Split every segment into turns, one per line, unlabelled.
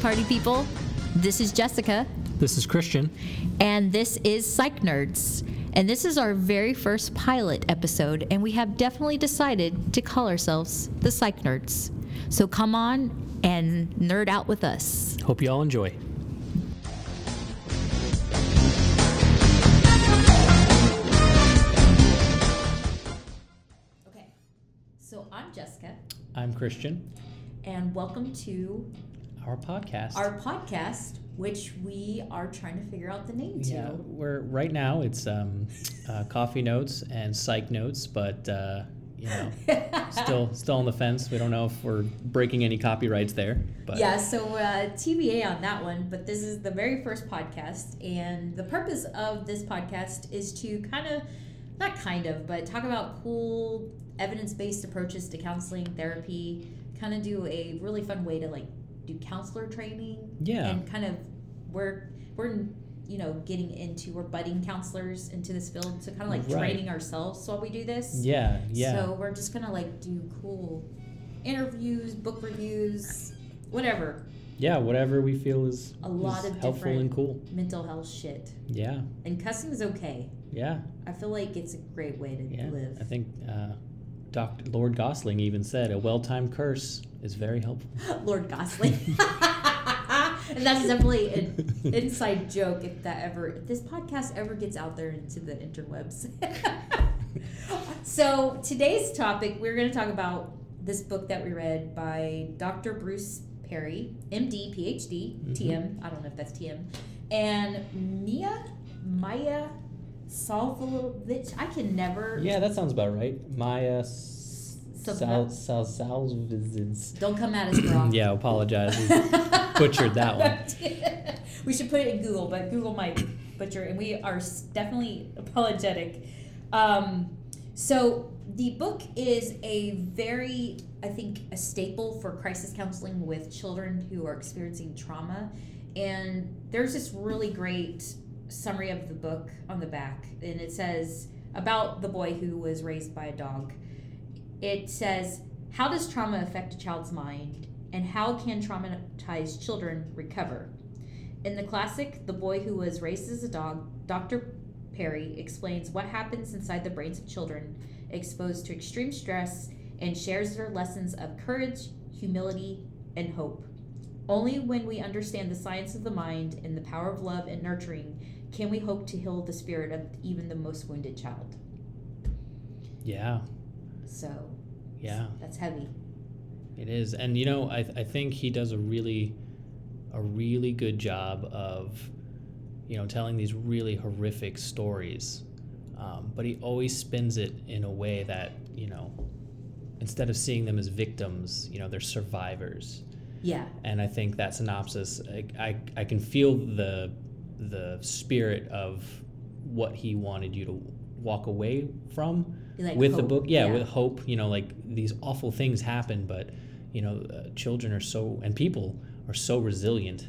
party people. This is Jessica,
This is Christian.
and this is Psych Nerds. And this is our very first pilot episode, and we have definitely decided to call ourselves the Psych Nerds. So come on and nerd out with us.
Hope you all enjoy.
Okay, so I'm Jessica,
I'm Christian.
and welcome to
Our podcast.
our podcast, which we are trying to figure out the name
yeah,
to.
we're right now. It's um, uh, coffee notes and psych notes, but uh, you know, still still on the fence. We don't know if we're breaking any copyrights there. But
Yeah, so uh, TBA on that one, but this is the very first podcast, and the purpose of this podcast is to kind of, not kind of, but talk about cool evidence based approaches to counseling, therapy, kind of do a really fun way to like do counselor training
yeah,
and kind of we're we're you know getting into we're budding counselors into this field, so kind of like
Right.
training ourselves while we do this.
yeah, yeah.
So we're just gonna like do cool interviews, book reviews, whatever.
yeah, whatever we feel is,
A lot
is
of
helpful
different-
and cool.
Mental health shit.
Yeah,
And cussing is okay.
yeah,
I feel like it's a great way to
yeah. I
live.
think uh, Dr. Lord Gosling even said a well-timed curse is very helpful.
Lord Gosling. and that's definitely an inside joke if that ever if this podcast ever gets out there into the interwebs. so today's topic, we're gonna talk about this book that we read by Dr. Bruce Perry, MD, PhD,
Mhm.
TM, I don't know if that's TM, and Mia Maya Salvovich. I can never
Yeah, that sounds about right. Maya S- Sal
Sal-
Sal Salvizins.
don't come at us, bro.
Yeah, apologize. We butchered that one.
we should put it in Google, but Google might butcher, it, and we are s- definitely apologetic. Um, so the book is a very, I think, a staple for crisis counseling with children who are experiencing trauma, and there's this really great summary of the book on the back, and it says about the boy who was raised by a dog. It says, "How does trauma affect a child's mind?" and how can traumatized children recover? In the classic The Boy Who Was Raised as a Dog, Dr. Perry explains what happens inside the brains of children exposed to extreme stress and shares their lessons of courage, humility, and hope. Only when we understand the science of the mind and the power of love and nurturing can we hope to heal the spirit of even the most wounded child.
Yeah,
So
yeah,
that's heavy.
it is. And you know, I, I think he does a really, a really good job of, you know, telling these really horrific stories, um, but he always spins it in a way that you know, instead of seeing them as victims, you know, they're survivors.
Yeah.
and I think that synopsis, I, I, I can feel the the spirit of what he wanted you to walk away from
Like
with the
hope.
book. Yeah, with hope. You know, like these awful things happen, but you know, uh, children are so and people are so resilient,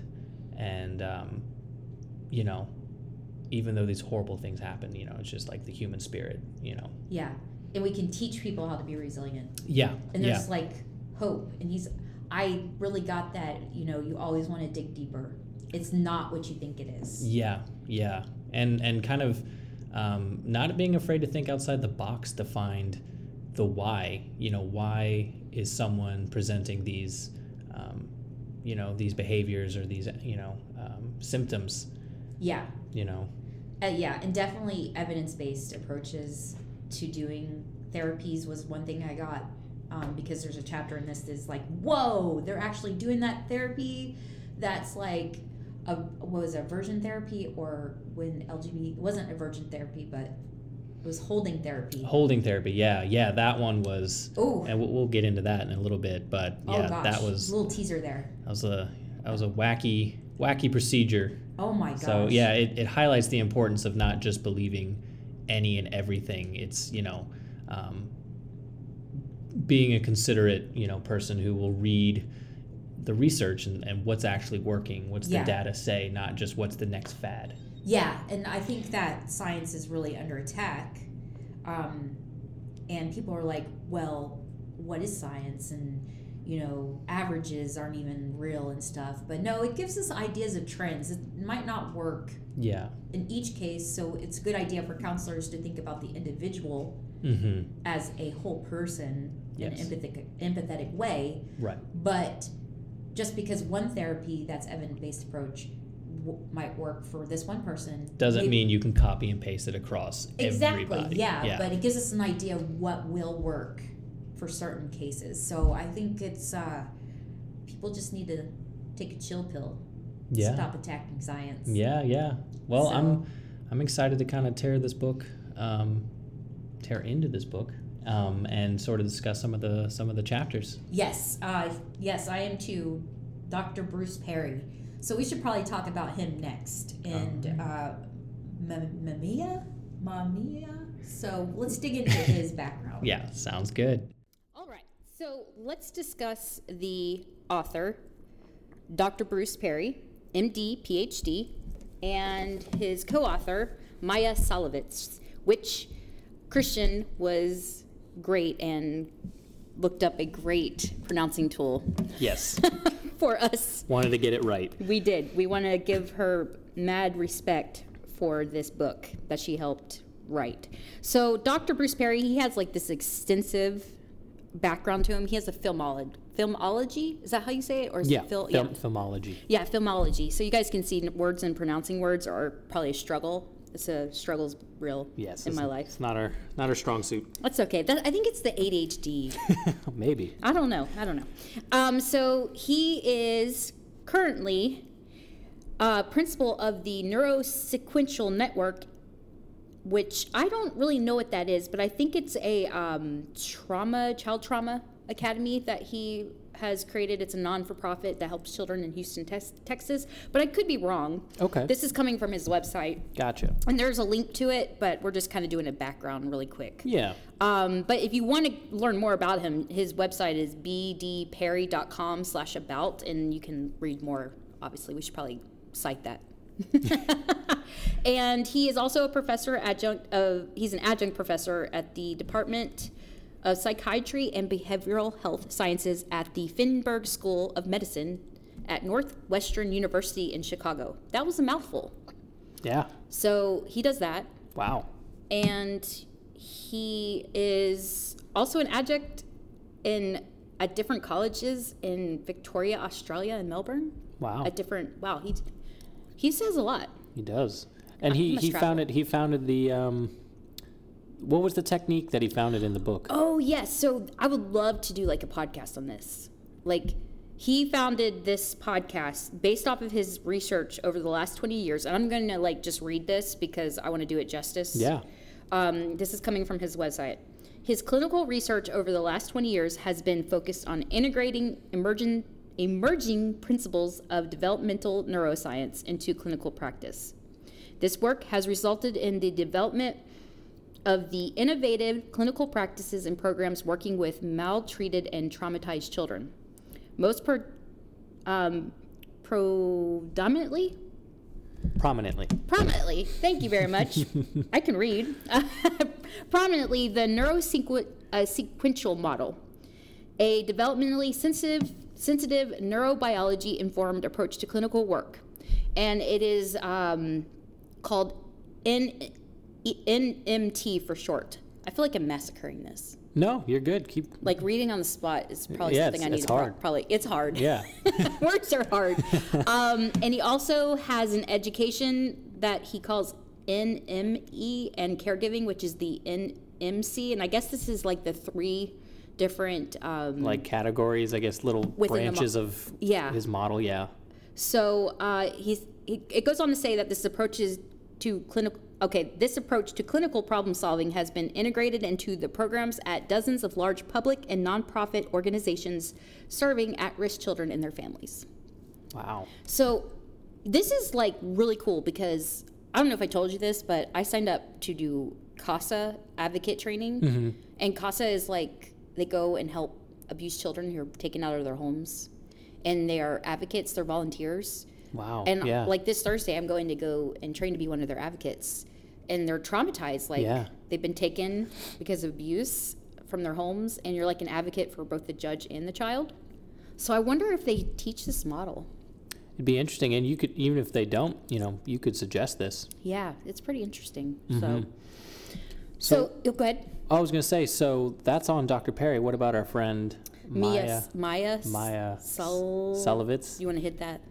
and um, you know, even though these horrible things happen, you know, it's just like the human spirit. You know,
Yeah. And we can teach people how to be resilient.
yeah,
and
yeah,
there's like hope and he's i really got that you know you always want to dig deeper it's not what you think it is
Yeah, yeah, and and kind of um, not being afraid to think outside the box to find the why. You know, why is someone presenting these, um, you know, these behaviors or these, you know, um, symptoms?
yeah
You know,
uh, yeah and definitely evidence-based approaches to doing therapies was one thing i got um, because there's a chapter in this that's like whoa they're actually doing that therapy that's like a what was it, aversion therapy or when lgbt it wasn't aversion therapy but it was holding therapy
holding therapy. Yeah, yeah, that one was,
oh
and we'll, we'll get into that in a little bit. But
oh
yeah,
gosh
that was
little teaser there
that was a that was a wacky wacky procedure.
oh my gosh
So yeah, it, it highlights the importance of not just believing any and everything. It's you know, um, being a considerate you know person who will read the research and, and what's actually working, what's
Yeah.
the data say, not just what's the next fad.
Yeah, and I think that science is really under attack. Um, and people are like, well, what is science? And,
you know, averages aren't even real and stuff. But no, it gives us ideas of trends. It might not work
Yeah.
in each case, so it's a good idea for counselors to think about the individual
hmm
Mm-hmm.
as a whole person
Yes.
in an empathetic, empathetic way.
Right.
But just because one therapy that's evidence based approach w- might work for this one person
Doesn't
may-
mean you can copy and paste it across
exactly
everybody.
Yeah,
Yeah.
but it gives us an idea of what will work for certain cases. So I think it's uh, people just need to take a chill pill.
yeah.
Stop attacking science.
Yeah, yeah. Well,
So-
I'm I'm excited to kind of tear this book, um, tear into this book, um, and sort of discuss some of the some of the chapters.
Yes, uh, yes, I am too. Dr. Bruce Perry. So we should probably talk about him next.
Um,
And uh, M- Mamiya? Mamiya? So let's dig into his background.
Yeah, sounds good.
All right, so let's discuss the author, Dr. Bruce Perry, MD, PhD, and his co author, Maya Solovitz, which Christian was great and looked up a great pronouncing tool
Yes,
for us.
wanted to get it right.
We did. We want to give her mad respect for this book that she helped write. So, Dr. Bruce Perry, he has like this extensive background to him. He has a filmology. Filmology? Is that how you say it? Or is
Yeah,
it phil-
film, filmology.
yeah, filmology. So you guys can see words and pronouncing words are probably a struggle. It's a struggle's real
Yes,
in
it's-
my life.
It's not our not our strong suit.
That's okay. That, I think it's the ADHD
Maybe.
I don't know. I don't know. Um, so he is currently uh, principal of the Neurosequential Network, which I don't really know what that is, but I think it's a um, trauma, child trauma academy that he has created. It's a non for profit that helps children in Houston, Tex- Texas, but I could be wrong.
Okay.
This is coming from his website,
gotcha.
and there's a link to it, but we're just kind of doing a background really quick.
Yeah.
Um, but if you want to learn more about him, his website is bdperry.com slash about, and you can read more. Obviously, we should probably cite that. and he is also a professor adjunct of, he's an adjunct professor at the Department of Psychiatry and Behavioral Health Sciences at the Finberg School of Medicine at Northwestern University in Chicago. That was a mouthful.
Yeah.
So he does that
Wow.
and he is also an adjunct in at different colleges in Victoria, Australia, and Melbourne.
Wow.
At different wow, he he says a lot.
He does. And he
must
he
travel.
founded he founded the um what was the technique that he founded in the book?
Oh yes, so I would love to do like a podcast on this. Like he founded this podcast based off of his research over the last 20 years and i'm going to like just read this because i want to do it justice
Yeah.
Um, this is coming from his website. His clinical research over the last 20 years has been focused on integrating emerging, emerging principles of developmental neuroscience into clinical practice. This work has resulted in the development of the innovative clinical practices and programs working with maltreated and traumatized children. Most per, um, predominantly
Prominently.
prominently thank you very much i can read prominently the neurosequential uh, sequential model a developmentally sensitive sensitive neurobiology informed approach to clinical work and it is um, called N- E, nmt for short i feel like i'm massacring this
No, you're good. Keep
like reading on the spot is probably
Yeah,
something
it's-
i need
it's
to pro-
hard.
probably it's hard
Yeah.
words are hard. Um, and he also has an education that he calls NME and caregiving, which is the NMC. And I guess this is like the three different. Um,
like categories, I guess little
Within the mo-
branches of
Yeah.
his model, yeah.
so uh, he's. He, it goes on to say that this approach is to clinical. Okay, this approach to clinical problem solving has been integrated into the programs at dozens of large public and nonprofit organizations serving at-risk children and their families.
Wow.
So this is like really cool because I don't know if I told you this, but I signed up to do CASA advocate training.
Mm-hmm.
And CASA is like they go and help abused children who are taken out of their homes. And they are advocates, they're volunteers.
Wow.
And
yeah.
like this Thursday, I'm going to go and train to be one of their advocates. And they're traumatized. Like
Yeah.
they've been taken because of abuse from their homes. And you're like an advocate for both the judge and the child. So I wonder if they teach this model.
It'd be interesting, and you could even if they don't, you know, you could suggest this.
Yeah, it's pretty interesting. So, so, oh, go ahead.
I was going to say, so that's on Dr. Perry. What about our friend
Mia,
Maya?
S- Maya, S-
Maya S-
Sol-
Solovitz?
You want to hit that?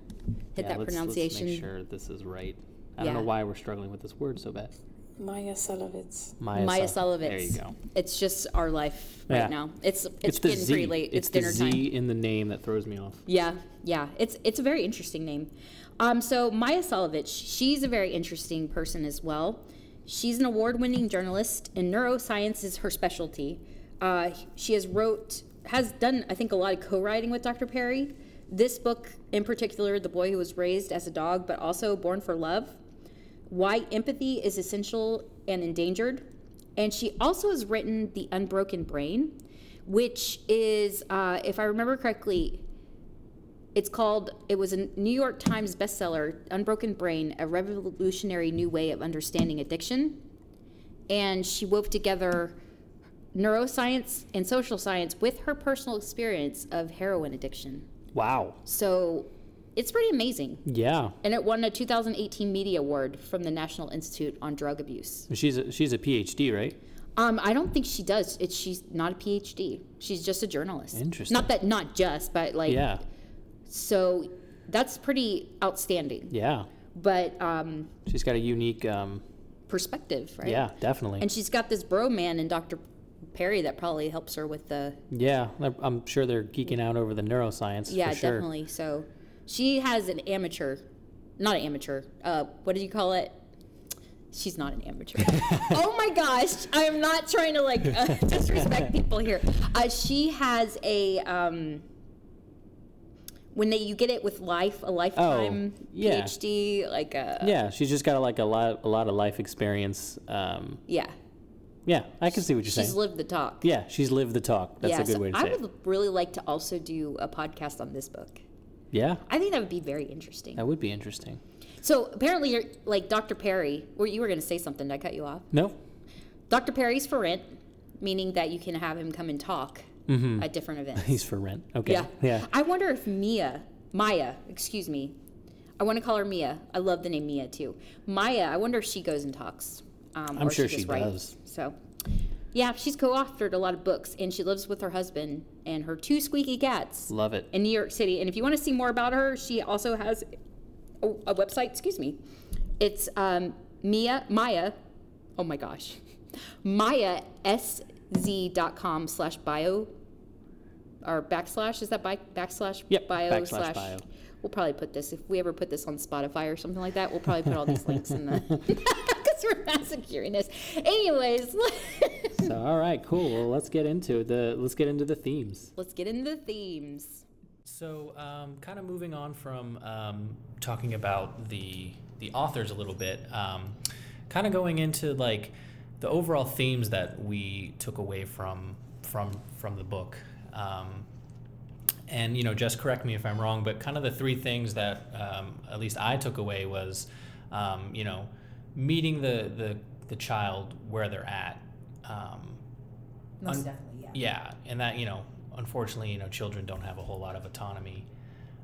Hit
Yeah,
that
let's-
pronunciation.
Let's make sure this is right. I don't
Yeah.
know why we're struggling with this word so bad.
Maya Solovitz.
Maya,
Maya
Sol-
Solovitz.
There you go.
It's just our life right
Yeah.
now. It's it's,
It's the
getting
Z.
pretty late. It's,
the
dinner
Z
time.
in the name that throws me off.
Yeah, yeah. It's it's a very interesting name. Um, so Maya Solovich, she's a very interesting person as well. She's an award-winning journalist, and neuroscience is her specialty. Uh, she has wrote has done I think a lot of co-writing with Dr. Perry. This book in particular, The Boy Who Was Raised as a Dog but Also Born for Love, Why Empathy is Essential and Endangered. And she also has written The Unbroken Brain, which is, uh, if I remember correctly, it's called, it was a New York Times bestseller, Unbroken Brain, a revolutionary new way of understanding addiction. And she wove together neuroscience and social science with her personal experience of heroin addiction.
Wow.
So it's pretty amazing.
Yeah.
And it won a 2018 Media Award from the National Institute on Drug Abuse.
She's a, she's a PhD, right?
Um, I don't think she does. It's, she's not a PhD. She's just a journalist.
Interesting.
Not that, not just, but like,
Yeah.
so that's pretty outstanding.
Yeah.
But um,
She's got a unique. Um,
perspective, right?
Yeah, definitely.
And she's got this bro man and Dr. Perry that probably helps her with the
yeah, I'm- I'm sure they're geeking out over the neuroscience.
yeah,
for sure.
definitely. So she has an amateur, not an amateur. Uh, what do you call it? She's not an amateur. oh my gosh, I'm not trying to like uh, disrespect people here. Uh, she has a um, when they you get it with life a lifetime
Oh, yeah.
PhD like uh, a
Yeah, she's just got like a lot, a lot of life experience. Um,
yeah.
yeah, I can see what you're
She's
saying.
lived the talk.
yeah, she's lived the talk. That's
yeah,
a good
so
way to
I
say it.
would really like to also do a podcast on this book.
Yeah,
I think that would be very interesting.
that would be interesting.
So apparently, you're, like Dr. Perry, or you were going to say something. Did I cut you off?
No,
Dr. Perry's for rent, meaning that you can have him come and talk at different events.
he's for rent. Mm-hmm. Okay.
yeah,
Yeah.
I wonder if Mia, Maya, excuse me, I want to call her Mia. I love the name Mia too. Maya, I wonder if she goes and talks. Um,
I'm
or
sure
she,
she
just writes.
does.
So, yeah, she's co-authored a lot of books, and she lives with her husband and her two squeaky cats.
Love it.
in New York City. And if you want to see more about her, she also has a, a website. Excuse me. It's um, Mia Maya. Oh my gosh, Maya com slash bio or backslash is that bi- backslash
Yep,
bio
backslash
slash
bio.
we'll probably put this if we ever put this on spotify or something like that we'll probably put all these links in the because we're masocurious anyways
So, all right, cool. Well, let's get into the let's get into the themes.
let's get into the themes
So, um, kind of moving on from um, talking about the the authors a little bit, um, kind of going into like the overall themes that we took away from from from the book, um, and you know, just correct me if I'm wrong, but kind of the three things that um, at least I took away was, um, you know, meeting the the the child where they're at. Um,
Most
Un-
definitely, yeah.
yeah, and that you know, unfortunately, you know, children don't have a whole lot of autonomy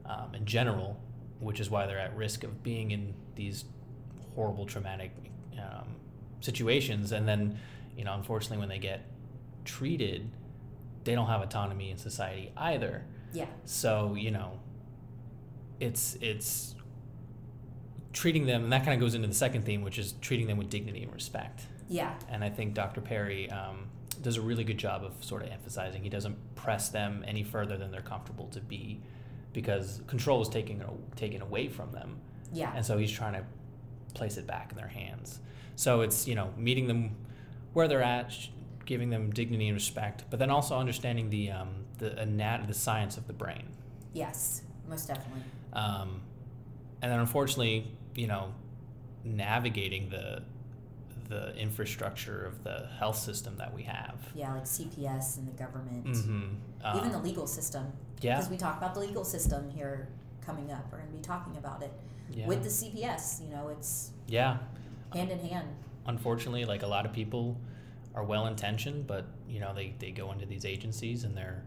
um, in general, which is why they're at risk of being in these horrible traumatic um, situations. And then, you know, unfortunately, when they get treated, they don't have autonomy in society either.
Yeah.
So you know, it's it's treating them, and that kind of goes into the second theme, which is treating them with dignity and respect
Yeah.
and I think Dr. Perry um, does a really good job of sort of emphasizing he doesn't press them any further than they're comfortable to be, because control is taken taken away from them,
Yeah.
and so he's trying to place it back in their hands. So it's you know meeting them where they're at, sh- giving them dignity and respect, but then also understanding the um, the anat- the science of the brain.
Yes. Most definitely.
Um, and then unfortunately, you know, navigating the the infrastructure of the health system that we have.
Yeah, like CPS and the government,
Mm-hmm. Um,
even the legal system.
yeah,
Because we talk about the legal system here coming up. We're going to be talking about it
yeah,
with the CPS. You know, it's
yeah.
hand in hand.
Unfortunately, like a lot of people are well intentioned, but you know they, they go into these agencies and they're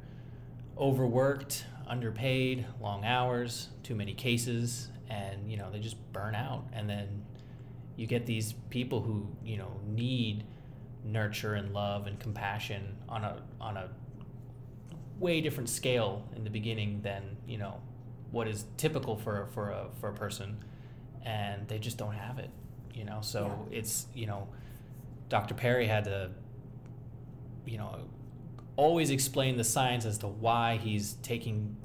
overworked. underpaid, long hours, too many cases, and you know they just burn out. And then you get these people who you know need nurture and love and compassion on a on a way different scale in the beginning than you know what is typical for for a for a person, and they just don't have it. You know, so it's you know, Dr. Perry had to you know always explain the science as to why he's taking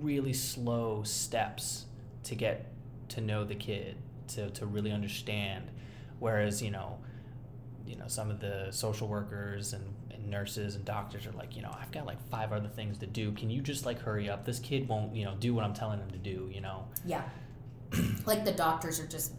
really slow steps to get to know the kid to, to really understand whereas you know you know some of the social workers and, and nurses and doctors are like you know i've got like five other things to do can you just like hurry up this kid won't you know do what i'm telling him to do you know
Yeah. like the doctors are just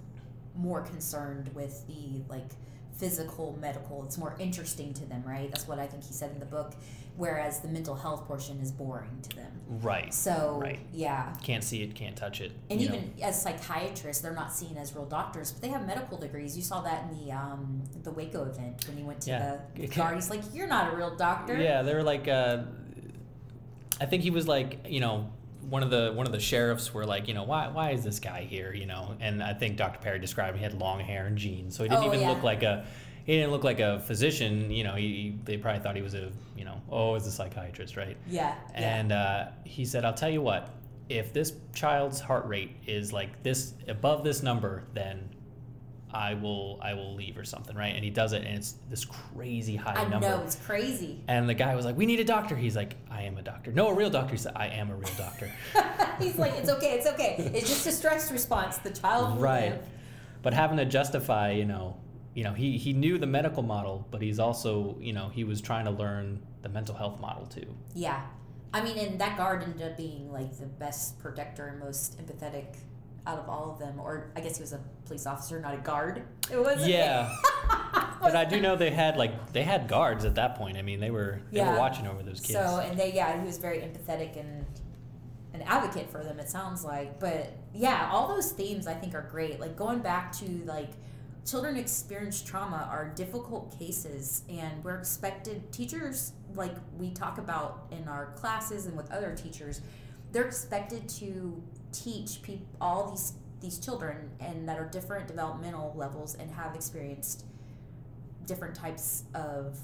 more concerned with the like physical medical. It's more interesting to them, right? That's what I think he said in the book. Whereas the mental health portion is boring to them.
right
So
Right.
yeah.
can't see it can't touch it
And
you know.
even as psychiatrists, they're not seen as real doctors, but they have medical degrees. You saw that in the um, the Waco event when he went to
Yeah.
the guard. He's like, "You're not a real doctor."
Yeah, they were like, uh, I think he was like, you know, one of the one of the sheriffs were like, you know, why why is this guy here, you know? And I think Dr. Perry described he had long hair and jeans, so he didn't
Oh,
even
yeah.
look like a he didn't look like a physician, you know. He, he- they probably thought he was a you know, oh, is a psychiatrist, right?
Yeah. yeah.
And uh, he said, I'll tell you what, if this child's heart rate is like this above this number, then I will I will leave or something, right? And he does it, and it's this crazy high
I
number.
know it's crazy.
And the guy was like, "We need a doctor." He's like, "I am a doctor. No, a real doctor." He said, "I am a real doctor."
He's like, "It's okay. It's okay. It's just a stress response. The child will
right.
live."
But having to justify, you know, you know, he he knew the medical model, but he's also, you know, he was trying to learn the mental health model too.
Yeah. I mean, and that guard ended up being like the best protector and most empathetic out of all of them. Or I guess he was a police officer, not a guard. It was
Yeah. but I do know they had like they had guards at that point. I mean, they were they
Yeah.
were watching over those kids.
So and they yeah, he was very empathetic and an advocate for them. It sounds like, but yeah, all those themes I think are great. Like going back to like children experience trauma are difficult cases, and we're expected teachers like we talk about in our classes and with other teachers, they're expected to teach people all these these children and that are different developmental levels and have experienced different types of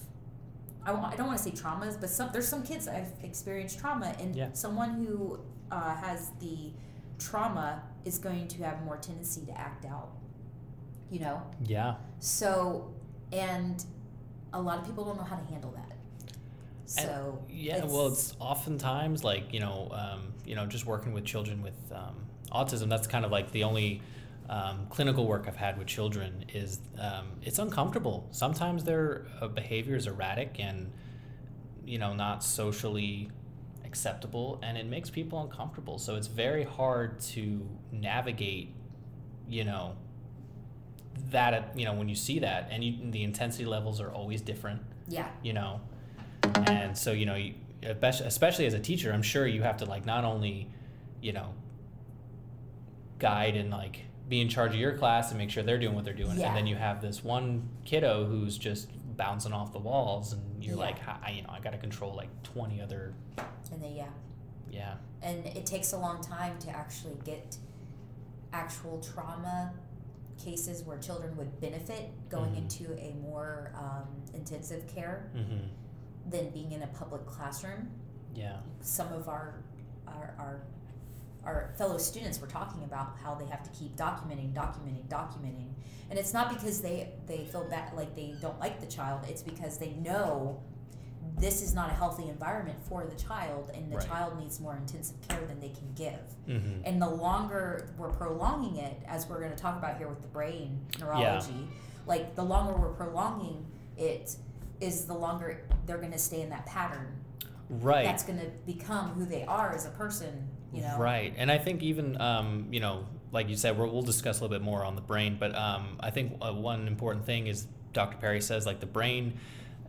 I, wa- I don't want to say traumas, but some there's some kids that have experienced trauma, and
Yeah.
someone who uh, has the trauma is going to have more tendency to act out. You know,
yeah.
so and a lot of people don't know how to handle that. So
Yeah, well, it's oftentimes like you know, um, you know, just working with children with um, autism. That's kind of like the only um, clinical work I've had with children is um, it's uncomfortable. Sometimes their uh, behavior is erratic and you know not socially acceptable, and it makes people uncomfortable. So it's very hard to navigate, you know, that uh, you know when you see that, and you, the intensity levels are always different
yeah,
you know and so you know you- espec- especially as a teacher i'm sure you have to like not only you know guide and like be in charge of your class and make sure they're doing what they're doing
Yeah.
and then you have this one kiddo who's just bouncing off the walls and you're
Yeah.
like "Hi- I, you know i gotta control like 20 other
and they yeah,
yeah
and it takes a long time to actually get actual trauma cases where children would benefit going
Mhm.
into a more um, intensive care
mm-hmm.
than being in a public classroom.
yeah
some of our our, our our fellow students were talking about how they have to keep documenting, documenting, documenting, and it's not because they they feel bad like they don't like the child. It's because they know this is not a healthy environment for the child, and the
Right.
child needs more intensive care than they can give.
mm-hmm.
And the longer we're prolonging it, as we're going to talk about here with the brain neurology, like the longer we're prolonging it, is the longer they're going to stay in that pattern
right
that's going to become who they are as a person, you know.
Right. And I think even, um, you know, like you said, we're, we'll discuss a little bit more on the brain, but um, I think uh, one important thing is Dr. Perry says, like, the brain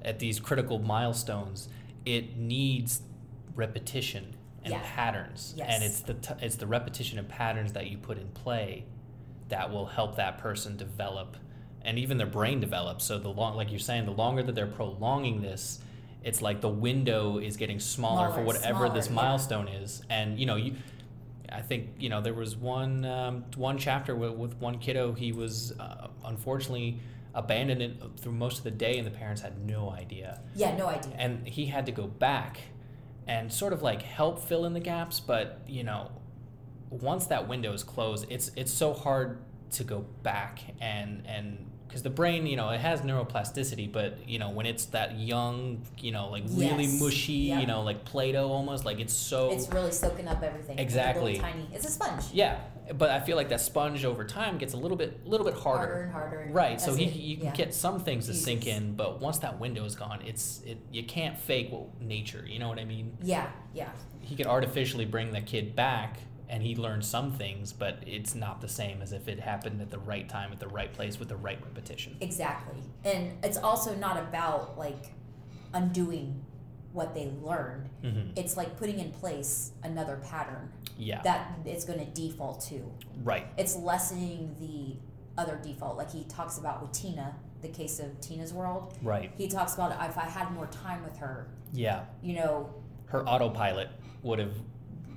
at these critical milestones, it needs repetition and
Yeah.
patterns.
Yes.
And it's the, t- it's the repetition and patterns that you put in play that will help that person develop and even their brain develop. So the long, like you're saying, the longer that they're prolonging this, it's like the window is getting smaller, for
Smaller,
whatever this
smaller, yeah.
milestone is, and you know you. I think you know there was one um, one chapter with, with one kiddo. He was uh, unfortunately abandoned it through most of the day, and the parents had no idea.
Yeah, no idea.
And he had to go back and sort of like help fill in the gaps, but you know, once that window is closed, it's it's so hard to go back and and because the brain, you know, it has neuroplasticity, but you know, when it's that young, you know, like really
Yes.
mushy, you
Yep.
know, like Play-Doh almost, like it's so
It's really soaking up everything. It's a little
Exactly.
tiny. It's a sponge.
yeah. But I feel like that sponge over time gets a little bit little bit harder.
Harder and harder. And
Right, so
that's
he,
it.
you can
Yeah.
get some things to sink
Jesus.
in, but once that window is gone, it's it you can't fake what nature. You know what I mean?
Yeah, yeah.
He could artificially bring the kid back, and he learned some things, but it's not the same as if it happened at the right time, at the right place, with the right repetition.
Exactly. And it's also not about like undoing what they learned.
hmm
It's like putting in place another pattern
Yeah,
that it's going to default to.
right.
It's lessening the other default. Like he talks about with Tina, the case of Tina's world.
Right.
He talks about if I had more time with her,
Yeah,
you know,
her autopilot would have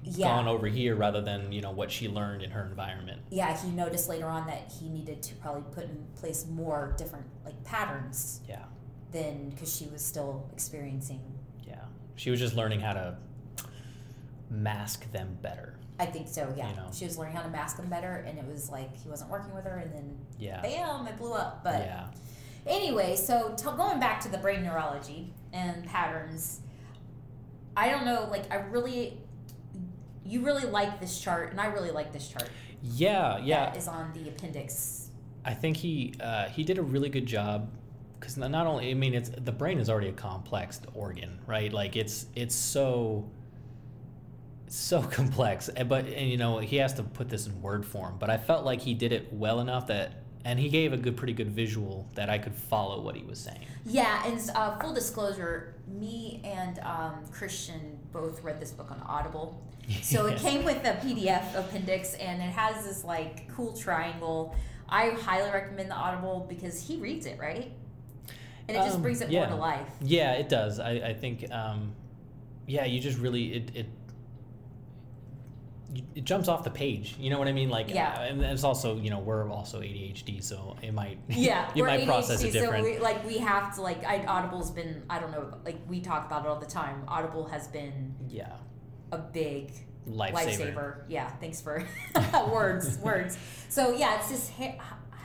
yeah.
gone over here rather than you know what she learned in her environment.
yeah, he noticed later on that he needed to probably put in place more different like patterns
Yeah,
than because she was still experiencing.
yeah. She was just learning how to mask them better.
I think so. Yeah,
You know.
she was learning how to mask them better, and it was like he wasn't working with her, and then
Yeah.
bam, it blew up. But
yeah.
anyway, so t- going back to the brain neurology and patterns, I don't know. Like I really, you really like this chart, and I really like this chart.
Yeah, yeah.
that is on the appendix.
I think he uh, he did a really good job because not only I mean it's the brain is already a complex organ, right? Like it's it's so so complex, and- but and you know he has to put this in word form. But I felt like he did it well enough that, and he gave a good, pretty good visual that I could follow what he was saying.
Yeah, and uh, full disclosure, me and um, Christian both read this book on Audible. So it came with a PDF appendix, and it has this like cool triangle. I highly recommend the Audible because he reads it right, and it just
Um,
brings it
yeah.
more to life.
Yeah, it does. I, I think, um, yeah, you just really it it you- it jumps off the page. You know what I mean? Like,
Yeah.
uh, and it's also you know we're also ADHD, so it might
Yeah,
you
we're
might process it
ADHD, so
different.
we, like we have to like I, Audible's been I don't know like we talk about it all the time. Audible has been
yeah,
a big
lifesaver.
lifesaver. Yeah, thanks for words, words. So yeah, it's this hi-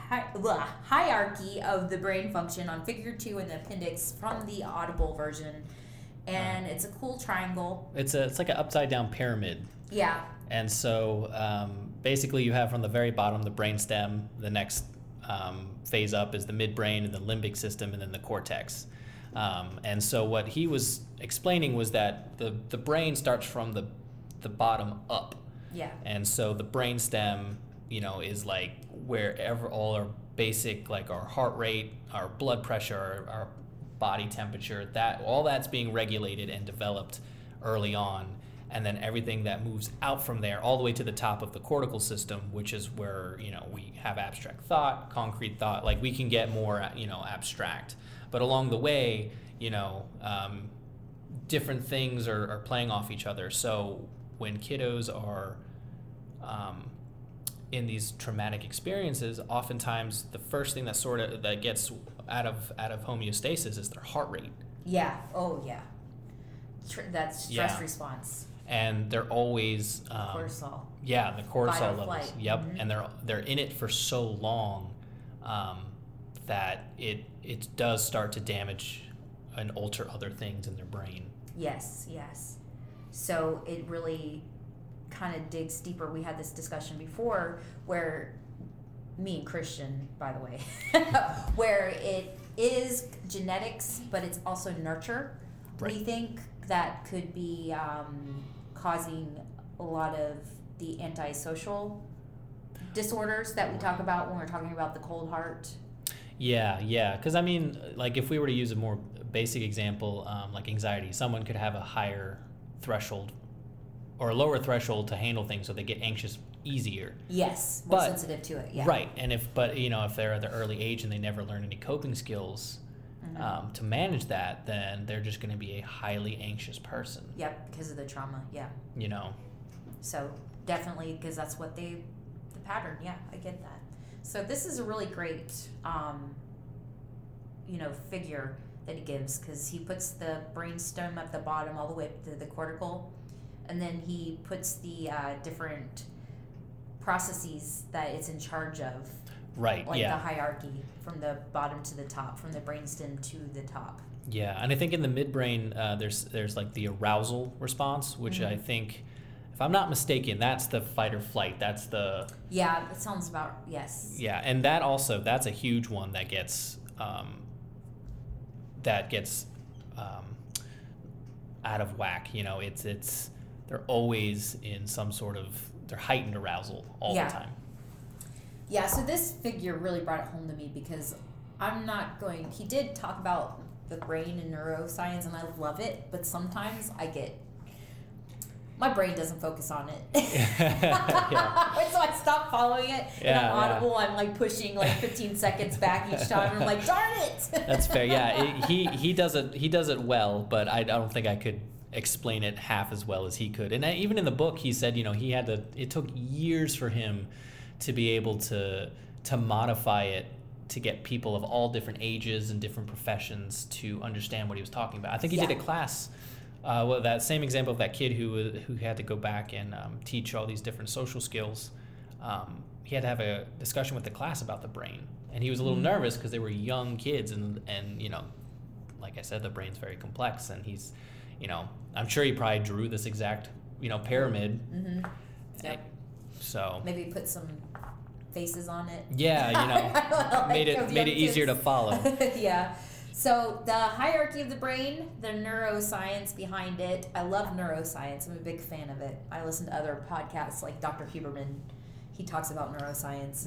hi- blah, hierarchy of the brain function on Figure Two in the appendix from the Audible version, and it's a cool triangle.
It's a it's like an upside down pyramid,
Yeah,
and so um, basically you have from the very bottom the brainstem. The next um, phase up is the midbrain and the limbic system, and then the cortex. Um, and so what he was explaining was that the the brain starts from the the bottom up.
yeah,
And so the brainstem, you know, is like wherever all our basic, like our heart rate, our blood pressure, our, our body temperature, that all that's being regulated and developed early on. And then everything that moves out from there, all the way to the top of the cortical system, which is where you know we have abstract thought, concrete thought. Like we can get more, you know, abstract. But along the way, you know, um, different things are, are playing off each other. So when kiddos are um, in these traumatic experiences, oftentimes the first thing that sort of that gets out of out of homeostasis is their heart rate,
yeah. Oh yeah, Tr- that's stress
Yeah.
response.
and they're always um,
cortisol.
yeah the
Fight or
cortisol levels.
flight.
Yep,
Mhm.
and they're they're in it for so long um, that it it does start to damage and alter other things in their brain.
Yes, yes. So it really kind of digs deeper. We had this discussion before where me and Christian, by the way, where it is genetics, but it's also nurture. We
Right.
think that could be um, causing a lot of the antisocial disorders that we talk about when we're talking about the cold heart.
Yeah, yeah. Because I mean, like if we were to use a more basic example, um, like anxiety, someone could have a higher threshold or a lower threshold to handle things, so they get anxious easier.
Yes, more
But-
sensitive to it. Yeah.
Right. And if, but you know, if they're at the early age and they never learn any coping skills,
Mm-hmm.
um, to manage that, then they're just going to be a highly anxious person.
Yep, because of the trauma. Yeah.
You know,
So definitely, because that's what they, the pattern. Yeah, I get that. So this is a really great, um, you know, figure that he gives because he puts the brainstem at the bottom all the way up to the cortical, and then he puts the uh, different processes that it's in charge of,
right?
like
yeah,
the hierarchy from the bottom to the top, from the brainstem to the top.
yeah. And I think in the midbrain, uh, there's there's like the arousal response, which I
Mm-hmm.
think, if I'm not mistaken, that's the fight or flight. That's the
Yeah, that sounds about yes.
Yeah, and that also that's a huge one that gets um, that gets um, out of whack. You know, it's it's they're always in some sort of they're heightened arousal all
Yeah.
the time.
Yeah, so this figure really brought it home to me because I'm not going. He did talk about the brain and neuroscience, and I love it, but sometimes I get. My brain doesn't focus on it.
Yeah.
And so I stop following it, and
Yeah,
I'm
yeah.
audible. I'm like pushing like 15 seconds back each time, and I'm like, darn it!
That's fair. Yeah, it, he he does it he does it well, but I, I don't think I could explain it half as well as he could. And I, even in the book, he said you know he had to. It took years for him to be able to to modify it to get people of all different ages and different professions to understand what he was talking about. I think he did
Yeah.
a class. Uh, well, that same example of that kid who wa- who had to go back and um, teach all these different social skills. Um, he had to have a discussion with the class about the brain, and he was a little
Mm.
nervous because they were young kids, and and you know, like I said, the brain's very complex, and he's, you know, I'm sure he probably drew this exact you know pyramid. Eh,
hmm Yep.
So
Maybe put some faces on it.
yeah, you know,
Like,
made it
of
made it
young
easier to
kids.
follow.
yeah. So the hierarchy of the brain, the neuroscience behind it. I love neuroscience. I'm a big fan of it. I listen to other podcasts like Dr. Huberman. He talks about neuroscience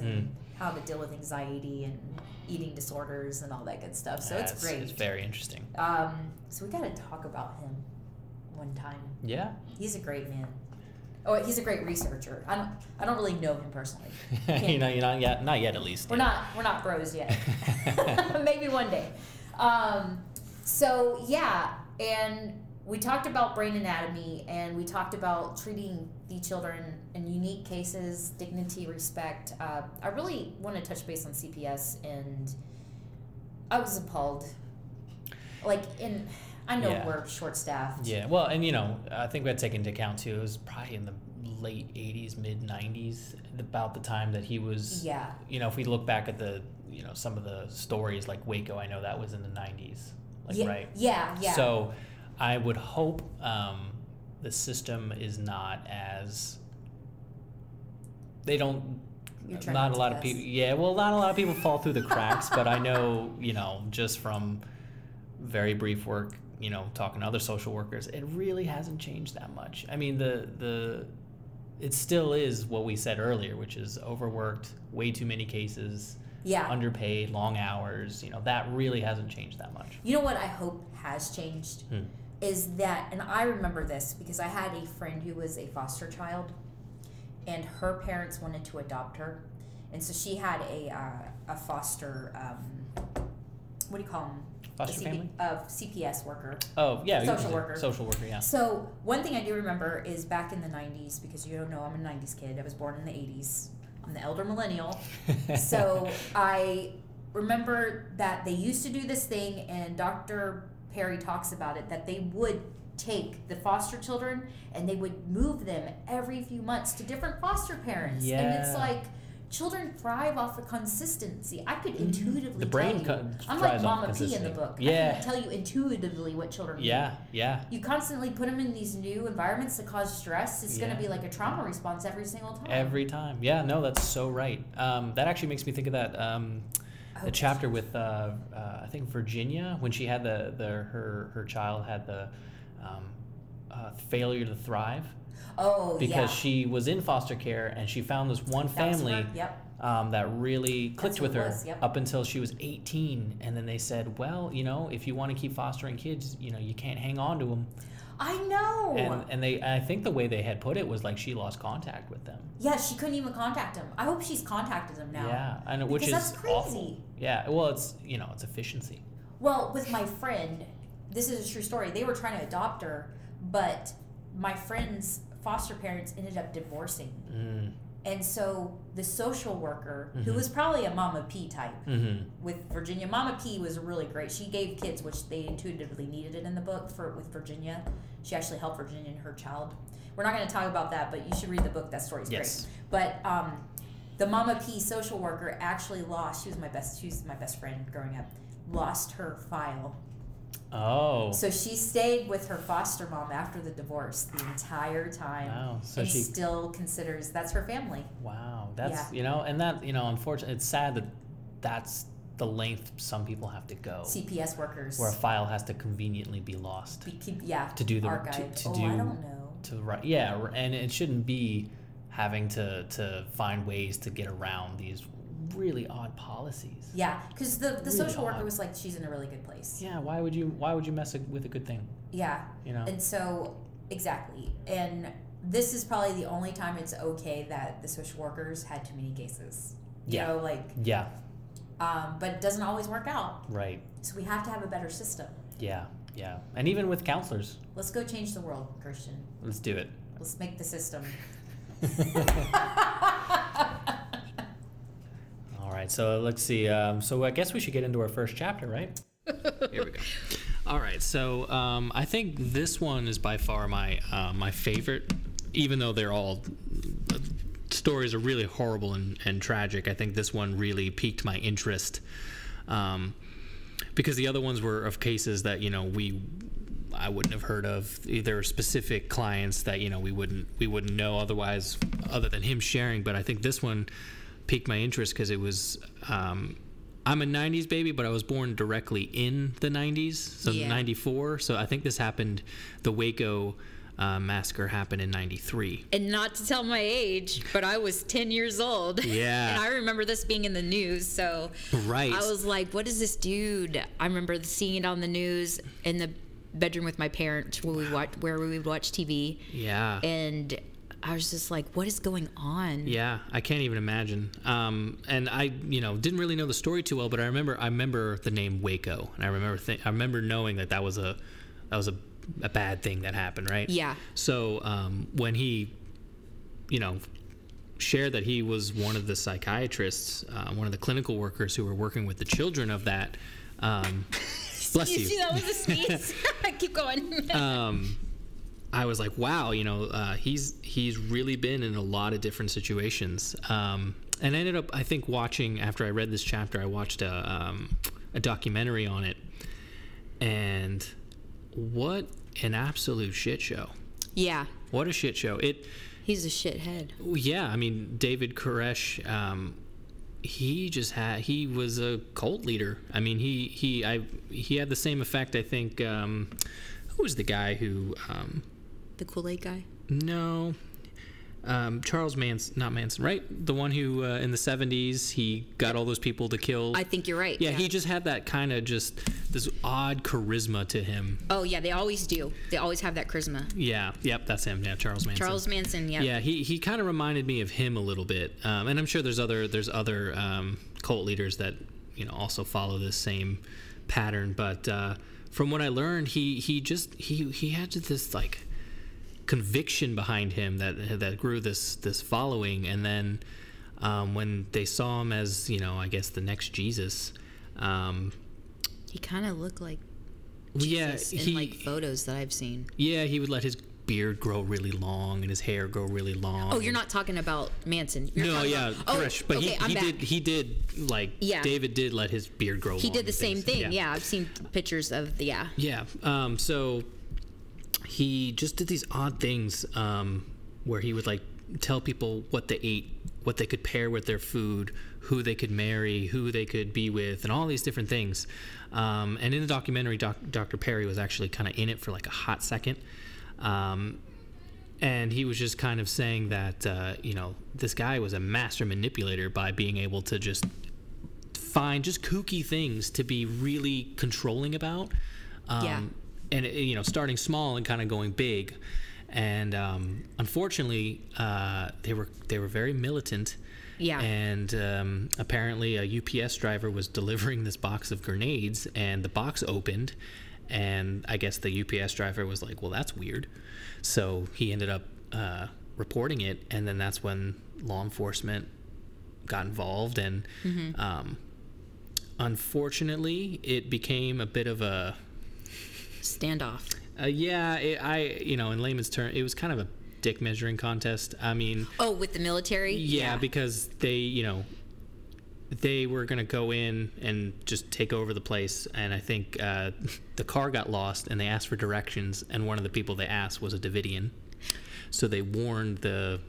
Mm.
and
Hmm.
how to deal with anxiety and eating disorders and all that good stuff. So
That's-
it's great.
It's very interesting.
um, so we got to talk about him one time.
Yeah.
He's a great man. Oh, he's a great researcher. I don't. I don't really know him personally.
you know, you're not yet, not yet at least.
We're
yeah.
not we're not bros yet. Maybe one day. Um, so yeah, and we talked about brain anatomy, and we talked about treating the children in unique cases, dignity, respect. Uh, I really want to touch base on CPS, and I was appalled. Like in, I know
Yeah.
we're short staffed.
Yeah, well, and you know, I think we had to take into account too. It was probably in the late '80s, mid '90s, about the time that he was.
Yeah.
You know, if we look back at the, you know, some of the stories like Waco, I know that was in the '90s, like
yeah,
right.
Yeah. Yeah.
So, I would hope um, the system is not as. They don't.
You're trying
Not
to
a lot
guess.
of people. Yeah, well, not a lot of people fall through the cracks, but I know, you know, just from very brief work, you know, talking to other social workers, it really hasn't changed that much. I mean, the the it still is what we said earlier, which is overworked, way too many cases,
yeah.
underpaid, long hours. You know, that really hasn't changed that much.
You know what I hope has changed
Hmm.
is that, and I remember this because I had a friend who was a foster child, and her parents wanted to adopt her, and so she had a uh, a foster um, what do you call them?
Foster family.
Of CPS worker.
Oh yeah, you
Social
can say
worker.
Social worker, yeah.
So one thing I do remember is back in the '90s because you don't know I'm a '90s kid. I was born in the '80s. I'm the elder millennial so I remember that they used to do this thing, and Dr. Perry talks about it that they would take the foster children and they would move them every few months to different foster parents. And it's
Yeah.
like children thrive off of consistency. I could intuitively
Mm-hmm. the brain
tell you.
co-
I'm like
thrives on
Mama P in the
consistency.
book. I
Yeah,
can tell you intuitively what children need.
yeah, yeah.
You constantly put them in these new environments that cause stress. It's going
Yeah.
to be like a trauma response every single time.
Every time. Yeah, no, that's so right. Um, that actually makes me think of that um,
Oh.
the chapter with uh, uh, I think Virginia when she had the, the her her child had the um, uh, failure to thrive
oh,
because
yeah.
she was in foster care and she found this one
That was
family
her- Yep.
um, that really
That's
clicked
who
with
it
her
was, yep.
up until she was 18 and then they said well you know if you want to keep fostering kids you know you can't hang on to them
I know.
and, and they i think the way they had put it was like she lost contact with them
yeah, she couldn't even contact him. I hope she's contacted him now.
Yeah, I know, which
Because
is
that's
awful.
crazy.
Yeah, well, it's you know, it's efficiency.
Well, with my friend, this is a true story. They were trying to adopt her, but my friend's foster parents ended up divorcing.
Mm.
And so the social worker,
Mm-hmm.
who was probably a Mama P type,
hmm
with Virginia. Mama P was really great. She gave kids, which they intuitively needed it in the book for with Virginia. She actually helped Virginia and her child. We're not going to talk about that, but you should read the book. That story's
Yes.
great. But um, the Mama P social worker actually lost. She was my best. She was my best friend growing up. Lost her file,
Oh.
so she stayed with her foster mom after the divorce the entire time.
Wow. So
and
she.
still considers that's her family.
Wow. That's you know, and that you know, unfortunately, it's sad that that's the length some people have to go,
CPS workers.
where a file has to conveniently be lost
Be- keep- yeah.
to do the
archived.
to, to
oh,
do
I don't know.
to right. Yeah, r- and it shouldn't be having to to find ways to get around these really odd policies.
Yeah, because the, the
Really
social
odd.
worker was like, she's in a really good place.
Yeah. Why would you Why would you mess a- with a good thing?
Yeah,
You know.
and so exactly, and this is probably the only time it's okay that the social workers had too many cases.
Yeah.
You know, like,
Yeah.
um, but it doesn't always work out.
Right.
So we have to have a better system.
Yeah. Yeah. And even with counselors,
Let's go change the world, Christian.
let's do it.
Let's make the system.
All right, so let's see. Um, so I guess we should get into our first chapter, right? Here we go. All right, so um, I think this one is by far my uh, my favorite, even though they're all stories are really horrible and, and tragic. I think this one really piqued my interest um, because the other ones were of cases that you know we I wouldn't have heard of. There were specific clients that you know we wouldn't we wouldn't know otherwise, other than him sharing. But I think this one piqued my interest because it was. Um, I'm a '90s baby, but I was born directly in the '90s, so
Yeah.
'94. So I think this happened. The Waco uh, massacre happened in '93.
And not to tell my age, but I was 10 years old.
Yeah.
and I remember this being in the news. So
Right.
I was like, what is this dude? I remember seeing it on the news in the bedroom with my parents where we watch, where we would watch TV.
Yeah.
And I was just like, what is going on?
Yeah, I can't even imagine. Um, and I, you know, didn't really know the story too well, but I remember I remember the name Waco, and I remember th- I remember knowing that that was a that was a, a bad thing that happened, right?
Yeah.
So um, when he, you know, shared that he was one of the psychiatrists, uh, one of the clinical workers who were working with the children of that. Um, bless
You see, that was a sneeze. Keep going.
um, I was like, wow, you know, uh, he's he's really been in a lot of different situations. Um, and I ended up, I think, watching after I read this chapter, I watched a, um, a documentary on it, and what an absolute shit show!
yeah.
What a shit show! It
He's a shithead.
well, Yeah, I mean David Koresh, um, he just had he was a cult leader. I mean he he I he had the same effect. I think um, who was the guy who um,
The Kool Aid guy.
no um, Charles Manson not Manson right the one who uh, in the seventies he got all those people to kill.
I think you're right.
yeah, he just had that kind of just this odd charisma to him.
Oh, yeah, they always do. They always have that charisma.
Yeah, yep, that's him. Yeah, Charles Manson.
Charles Manson, yeah.
Yeah, he, he kind of reminded me of him a little bit, um, and I'm sure there's other there's other um, cult leaders that you know also follow this same pattern. But uh, from what I learned, he he just he he had this like conviction behind him that that grew this this following, and then um, when they saw him as you know I guess the next Jesus. Um,
He kind of looked like
yeah,
Jesus in
he,
like photos that I've seen.
yeah, he would let his beard grow really long and his hair grow really long.
Oh, you're not talking about Manson. You're
No,
talking
yeah,
about- oh,
Koresh. but
okay,
he,
I'm
he
back.
did he did like
Yeah.
David did let his beard grow.
He
long
did the
and
same
things.
thing. Yeah. I've seen pictures of the yeah.
Yeah. Um, so he just did these odd things um, where he would like tell people what they ate, what they could pair with their food, who they could marry, who they could be with, and all these different things. Um, and in the documentary, doc- Dr. Perry was actually kind of in it for like a hot second. Um, and he was just kind of saying that, uh, you know, this guy was a master manipulator by being able to just find just kooky things to be really controlling about. Um,
Yeah.
And, uh, you know, starting small and kind of going big. And um, unfortunately, uh, they were they were very militant,
Yeah.
And um, apparently, a UPS driver was delivering this box of grenades, and the box opened. And I guess the UPS driver was like, well, that's weird. So he ended up uh, reporting it. And then that's when law enforcement got involved. And um, unfortunately, it became a bit of a
Standoff.
uh, yeah, it, I you know, in layman's term, it was kind of a dick measuring contest. I mean,
Oh, with the military?
yeah, because they you know they were gonna go in and just take over the place, and I think uh, the car got lost, and they asked for directions, and one of the people they asked was a Davidian, so they warned the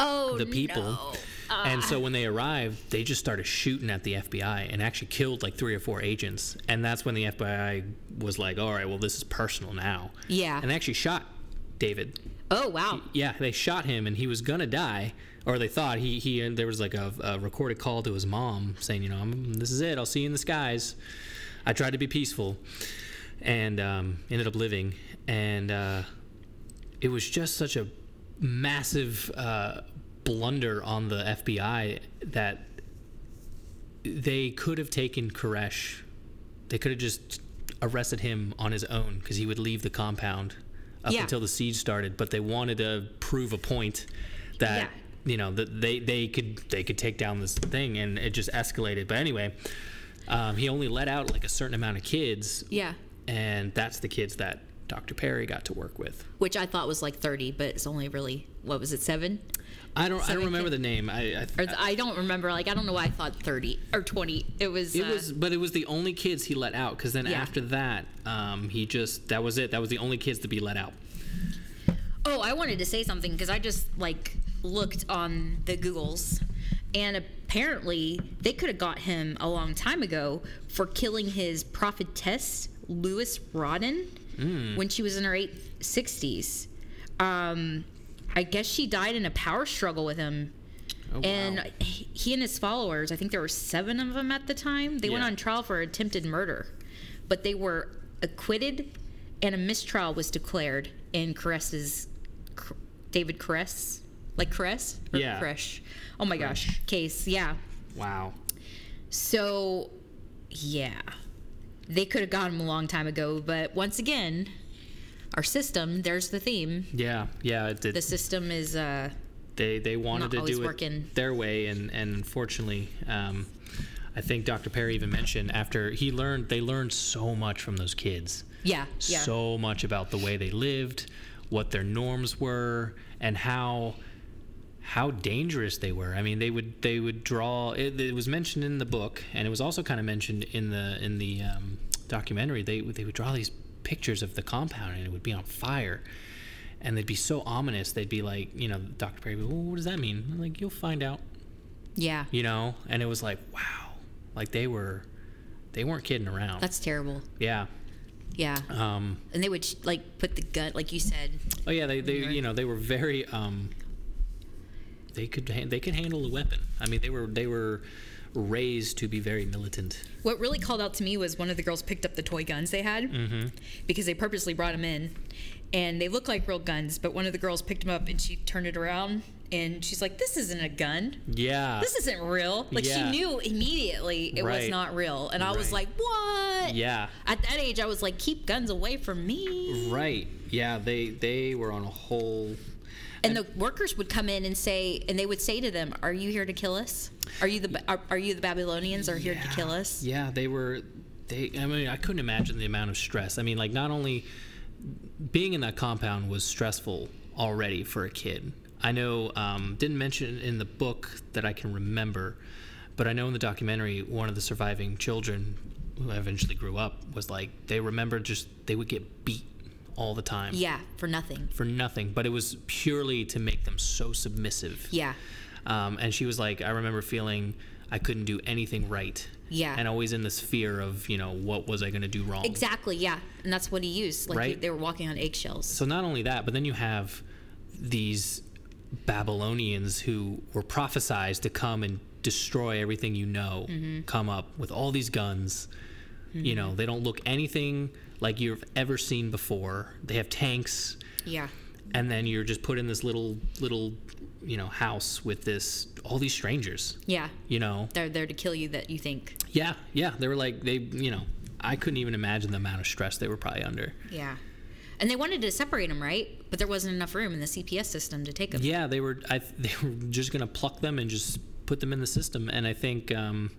oh,
the people.
no.
Ah.
And so when they arrived, they just started shooting at the FBI and actually killed like three or four agents. And that's when the FBI was like, all right, well, this is personal now.
Yeah.
And they actually shot David.
Oh, wow.
Yeah, they shot him and he was going to die. Or they thought he, he and there was like a, a recorded call to his mom saying, you know, I'm, this is it. I'll see you in the skies. I tried to be peaceful and um, ended up living. And, uh, it was just such a massive uh, blunder on the FBI that they could have taken Koresh. They could have just arrested him on his own because he would leave the compound up
Yeah.
until the siege started. But they wanted to prove a point that you know that they they could they could take down this thing, and it just escalated. But anyway. Um, he only let out like a certain amount of kids,
Yeah.
and that's the kids that Dr. Perry got to work with.
which I thought was like 30, but it's only really what was it seven?
I don't. I don't remember the name. I. I
Or th- I don't remember. Like I don't know why I thought 30 or 20. It was.
it
uh,
was, but it was the only kids he let out. Because then
Yeah.
after that, um, he just that was it. That was the only kids to be let out.
Oh, I wanted to say something because I just like looked on the Googles, and apparently they could have got him a long time ago for killing his prophetess Lewis Rodden when she was in her eight sixties. Um, I guess she died in a power struggle with him. and he he and his followers, I think there were seven of them at the time, they went
Yeah.
on trial for attempted murder, but they were acquitted, and a mistrial was declared in Caress's Cr- David Caress, like Caress, or
Yeah.
Koresh? Oh my gosh, case, yeah.
Wow.
So, yeah, they could have got him a long time ago, but once again, our system. There's the theme.
Yeah. Yeah. It did.
The system is uh,
they they wanted
not
to
always
do it
working.
their way, and and unfortunately, um, I think Dr. Perry even mentioned after he learned they learned so much from those kids.
yeah, yeah.
so much about the way they lived, what their norms were, and how how dangerous they were. I mean, they would they would draw. It, it was mentioned in the book, and it was also kind of mentioned in the in the um, documentary. They would- they would draw these pictures of the compound, and it would be on fire. And they'd be so ominous. They'd be like, you know, Dr. Perry, would be, well, what does that mean? I'm like, you'll find out
yeah.
you know and it was like wow like they were they weren't kidding around
That's terrible.
yeah
Yeah.
um
and they would sh- like put the gun, like you said.
oh yeah they, they you know they were very um they could han- they could handle a weapon i mean they were they were raised to be very militant
What really called out to me was one of the girls picked up the toy guns they had
Mm-hmm.
because they purposely brought them in, and they look like real guns. But one of the girls picked them up and she turned it around and she's like, "This isn't a gun.
yeah
This isn't real." Like
Yeah.
she knew immediately it was
Right.
not real, and I was
Right.
like, "What?"
yeah
At that age, I was like, "Keep guns away from me."
right yeah they they were on a whole
And the workers would come in and say, and they would say to them, "Are you here to kill us? Are you the Ba- are, are you the Babylonians are here to kill us?"
Yeah, they were. They. I mean, I couldn't imagine the amount of stress. I mean, like not only being in that compound was stressful already for a kid. I know. Um, didn't mention it in the book that I can remember, but I know in the documentary, one of the surviving children who eventually grew up was like they remember just they would get beat all the time
Yeah, for nothing.
for nothing, but it was purely to make them so submissive.
Yeah.
Um, and she was like, I remember feeling I couldn't do anything right.
Yeah.
And always in this fear of, you know, what was I going to do wrong?
Exactly, yeah. And that's what he used. Like he,
Right?
they were walking on eggshells.
So not only that, but then you have these Babylonians who were prophesized to come and destroy everything you know, come up with all these guns. You know, they don't look anything like you've ever seen before. They have tanks.
Yeah.
and then you're just put in this little little you know house with this all these strangers,
Yeah.
you know?
They're there to kill you that you think.
Yeah, yeah. They were like, they, you know, I couldn't even imagine the amount of stress they were probably under.
Yeah. And they wanted to separate them, right? But there wasn't enough room in the CPS system to take them.
Yeah, they were. I, they were just gonna pluck them and just put them in the system. And I think, um,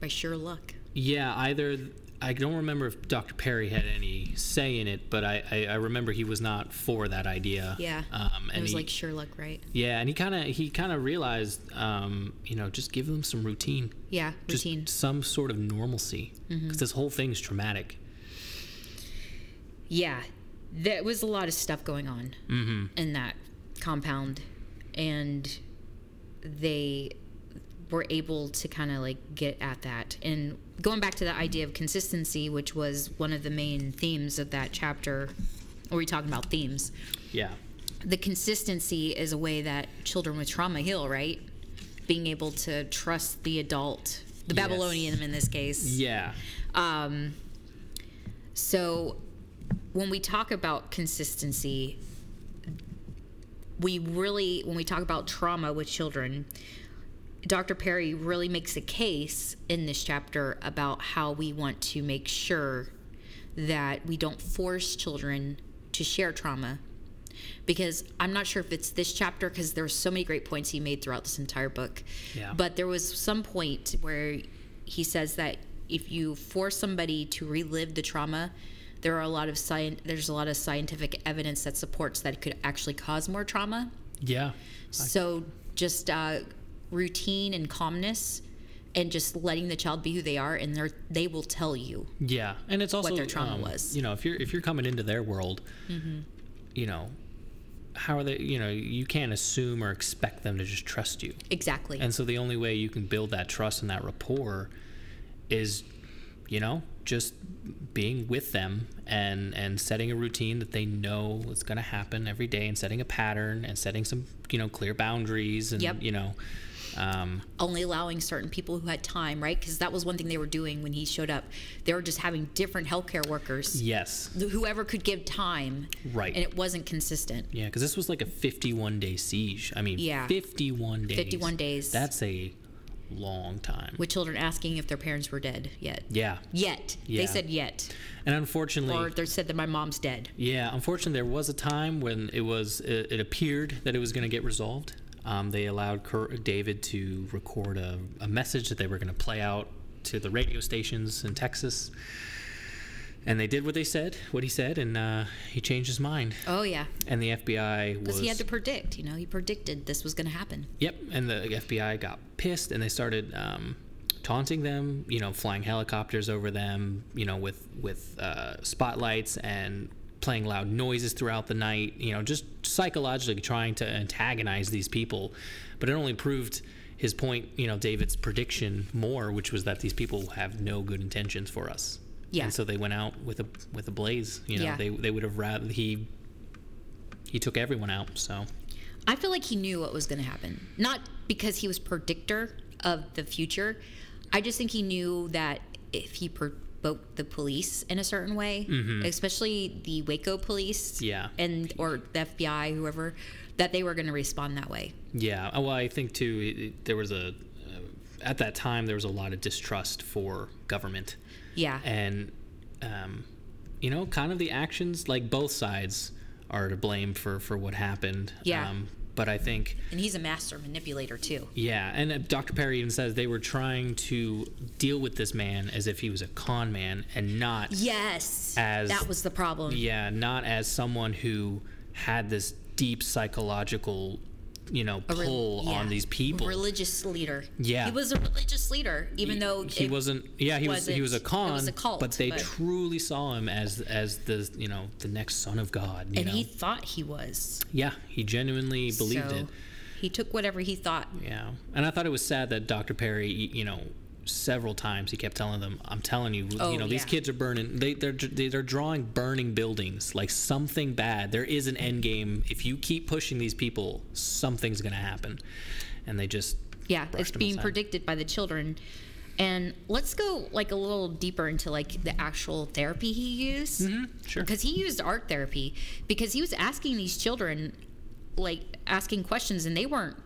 By sheer luck.
yeah, either I don't remember if Dr. Perry had any say in it, but I, I, I remember he was not for that idea.
Yeah.
Um, and
it was
he-
like sheer luck, right?
yeah, and he kind of he kind of realized, um, you know, just give them some routine,
Yeah.
just
Routine. Mm-hmm.
some sort of normalcy, because this whole thing's traumatic.
yeah. There was a lot of stuff going on in that compound. And they were able to kind of like get at that. And going back to the idea of consistency, which was one of the main themes of that chapter, or we talking about themes.
Yeah.
the consistency is a way that children with trauma heal, right? Being able to trust the adult, the
Yes.
Babylonian in this case.
Yeah.
Um, so when we talk about consistency, we really, when we talk about trauma with children, Dr. Perry really makes a case in this chapter about how we want to make sure that we don't force children to share trauma. Because I'm not sure if it's this chapter, because there were so many great points he made throughout this entire book.
Yeah.
But there was some point where he says that if you force somebody to relive the trauma, there are a lot of sci- there's a lot of scientific evidence that supports that it could actually cause more trauma.
Yeah.
So just uh, routine and calmness, and just letting the child be who they are, and they are they will tell you.
Yeah, and it's also
their trauma
um,
was. Mm-hmm.
You know, if you're if you're coming into their world, you know, how are they? You know, you can't assume or expect them to just trust you.
Exactly.
And so the only way you can build that trust and that rapport is, you know, just being with them and and setting a routine that they know is going to happen every day, and setting a pattern and setting some you know clear boundaries and
Yep.
you know. Um,
only allowing certain people who had time, right? Because that was one thing they were doing when he showed up. They were just having different healthcare workers,
yes,
th- whoever could give time,
right.
and it wasn't consistent.
Yeah, because this was like a 51 day siege. I mean,
Yeah.
51 days.
51 days.
That's a long time.
With children asking if their parents were dead yet.
yeah.
Yet.
Yeah.
They said yet.
And unfortunately,
Or they said that my mom's dead.
yeah, unfortunately, there was a time when it was it, it appeared that it was going to get resolved. Um, they allowed Cur- David to record a, a message that they were going to play out to the radio stations in Texas. And they did what they said, what he said, and uh, he changed his mind.
Oh, yeah.
And the FBI was.
Because he had to predict, you know, he predicted this was going to happen.
Yep, and the FBI got pissed and they started um, taunting them. You know, flying helicopters over them. You know, with with uh, spotlights and playing loud noises throughout the night. You know, just psychologically trying to antagonize these people. But it only proved his point. You know, David's prediction more, which was that these people have no good intentions for us.
Yeah.
And so they went out with a with a blaze. You know,
Yeah.
they they would have rather he he took everyone out. So
I feel like he knew what was going to happen. Not because he was predictor of the future. I just think he knew that if he provoked the police in a certain way, especially the Waco police,
Mm-hmm. Yeah.
and or the FBI, whoever, that they were going to respond that way.
Yeah, uh, well, I think too, it, it- there was a uh, at that time there was a lot of distrust for government,
Yeah,
and um, you know, kind of the actions like both sides are to blame for for what happened.
Yeah.
Um, but I think
and he's a master manipulator too.
yeah, and uh, Dr. Perry even says they were trying to deal with this man as if he was a con man and not
Yes,
As-
that was the problem.
yeah, not as someone who had this deep psychological you know
A rel-
pull on
yeah.
these people.
Religious leader.
Yeah.
he was a religious leader, even though
he
it-
wasn't yeah he was he was a
wasn't- it
con
was a cult,
but they
but-
truly saw him as as the you know the next son of god you
and
know
he thought he was.
yeah he genuinely believed
so
it
He took whatever he thought.
yeah and i thought it was sad that dr perry y- you know several times he kept telling them i'm telling you
Oh,
you know these
yeah.
kids are burning they they're dr- they- they're drawing burning buildings like something bad there is an end game if you keep pushing these people something's going to happen and they just
Yeah,
brushed
it's
him
being
aside.
predicted by the children. And let's go like a little deeper into like the actual therapy he
Mm-hmm.
used.
sure
Because he used art therapy because he was asking these children like asking questions and they weren't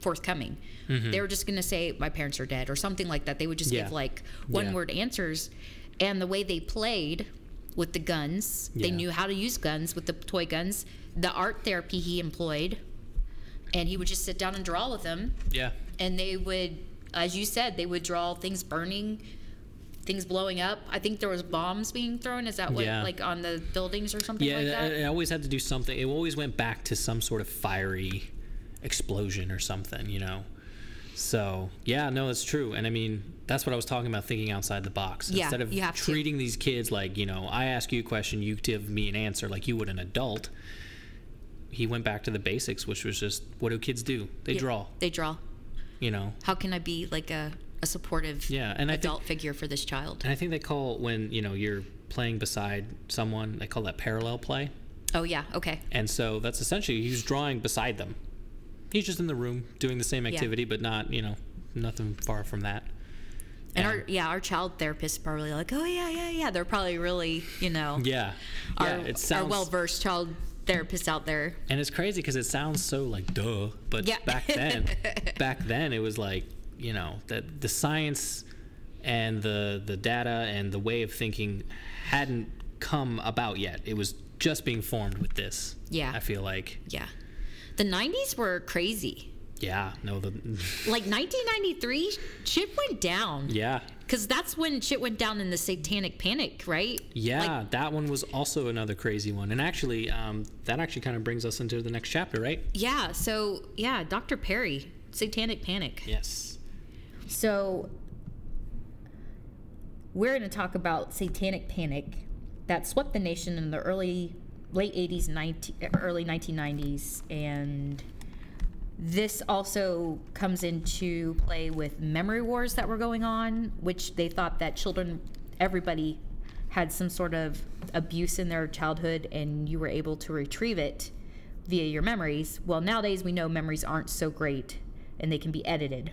forthcoming. They were just going to say, my parents are dead or something like that. They would just
Mm-hmm. Yeah.
give like one word answers. And the way they played with the guns, they
Yeah.
knew how to use guns with the toy guns, the art therapy he employed. And he would just sit down and draw with them
Yeah.
and they would as you said they would draw things burning things blowing up i think there was bombs being thrown is that what
Yeah.
like on the buildings or something
Yeah,
like that
I, I always had to do something. It always went back to some sort of fiery explosion or something, you know. So yeah, no, that's true. And I mean, that's what I was talking about thinking outside the box.
Yeah,
Instead of
you have to.
treating these kids like you know, I ask you a question, you give me an answer like you would an adult. He went back to the basics, which was just what do kids do? They
Yeah,
draw,
they draw
you know.
how can i be like a, a supportive
Yeah, and I think-
adult figure for this child
And I think they call when you know you're playing beside someone, they call that parallel play.
oh yeah okay
And so that's essentially he was drawing beside them. He's just in the room doing the same activity, but not, you know, nothing far from that.
and
Yeah.
our yeah our child therapists probably like oh yeah yeah yeah they're probably really you know
Yeah.
our,
yeah, it sounds
our well-versed child therapists out there
and it's crazy because it sounds so like duh, but
Yeah.
back then, back then it was like you know that the science and the the data and the way of thinking hadn't come about yet. It was just being formed with this.
Yeah.
I feel like
yeah the 90s were crazy
yeah, no the
like 1993 shit went down
yeah
Because that's when shit went down in the satanic panic, right?
Yeah, that one was also another crazy one. And actually, um, that actually kind of brings us into the next chapter, right?
Yeah. So, yeah, Dr. Perry, satanic panic.
Yes.
So we're going to talk about satanic panic that swept the nation in the early late 80s 19, early 1990s and this also comes into play with memory wars that were going on which they thought that children everybody had some sort of abuse in their childhood and you were able to retrieve it via your memories well nowadays we know memories aren't so great and they can be edited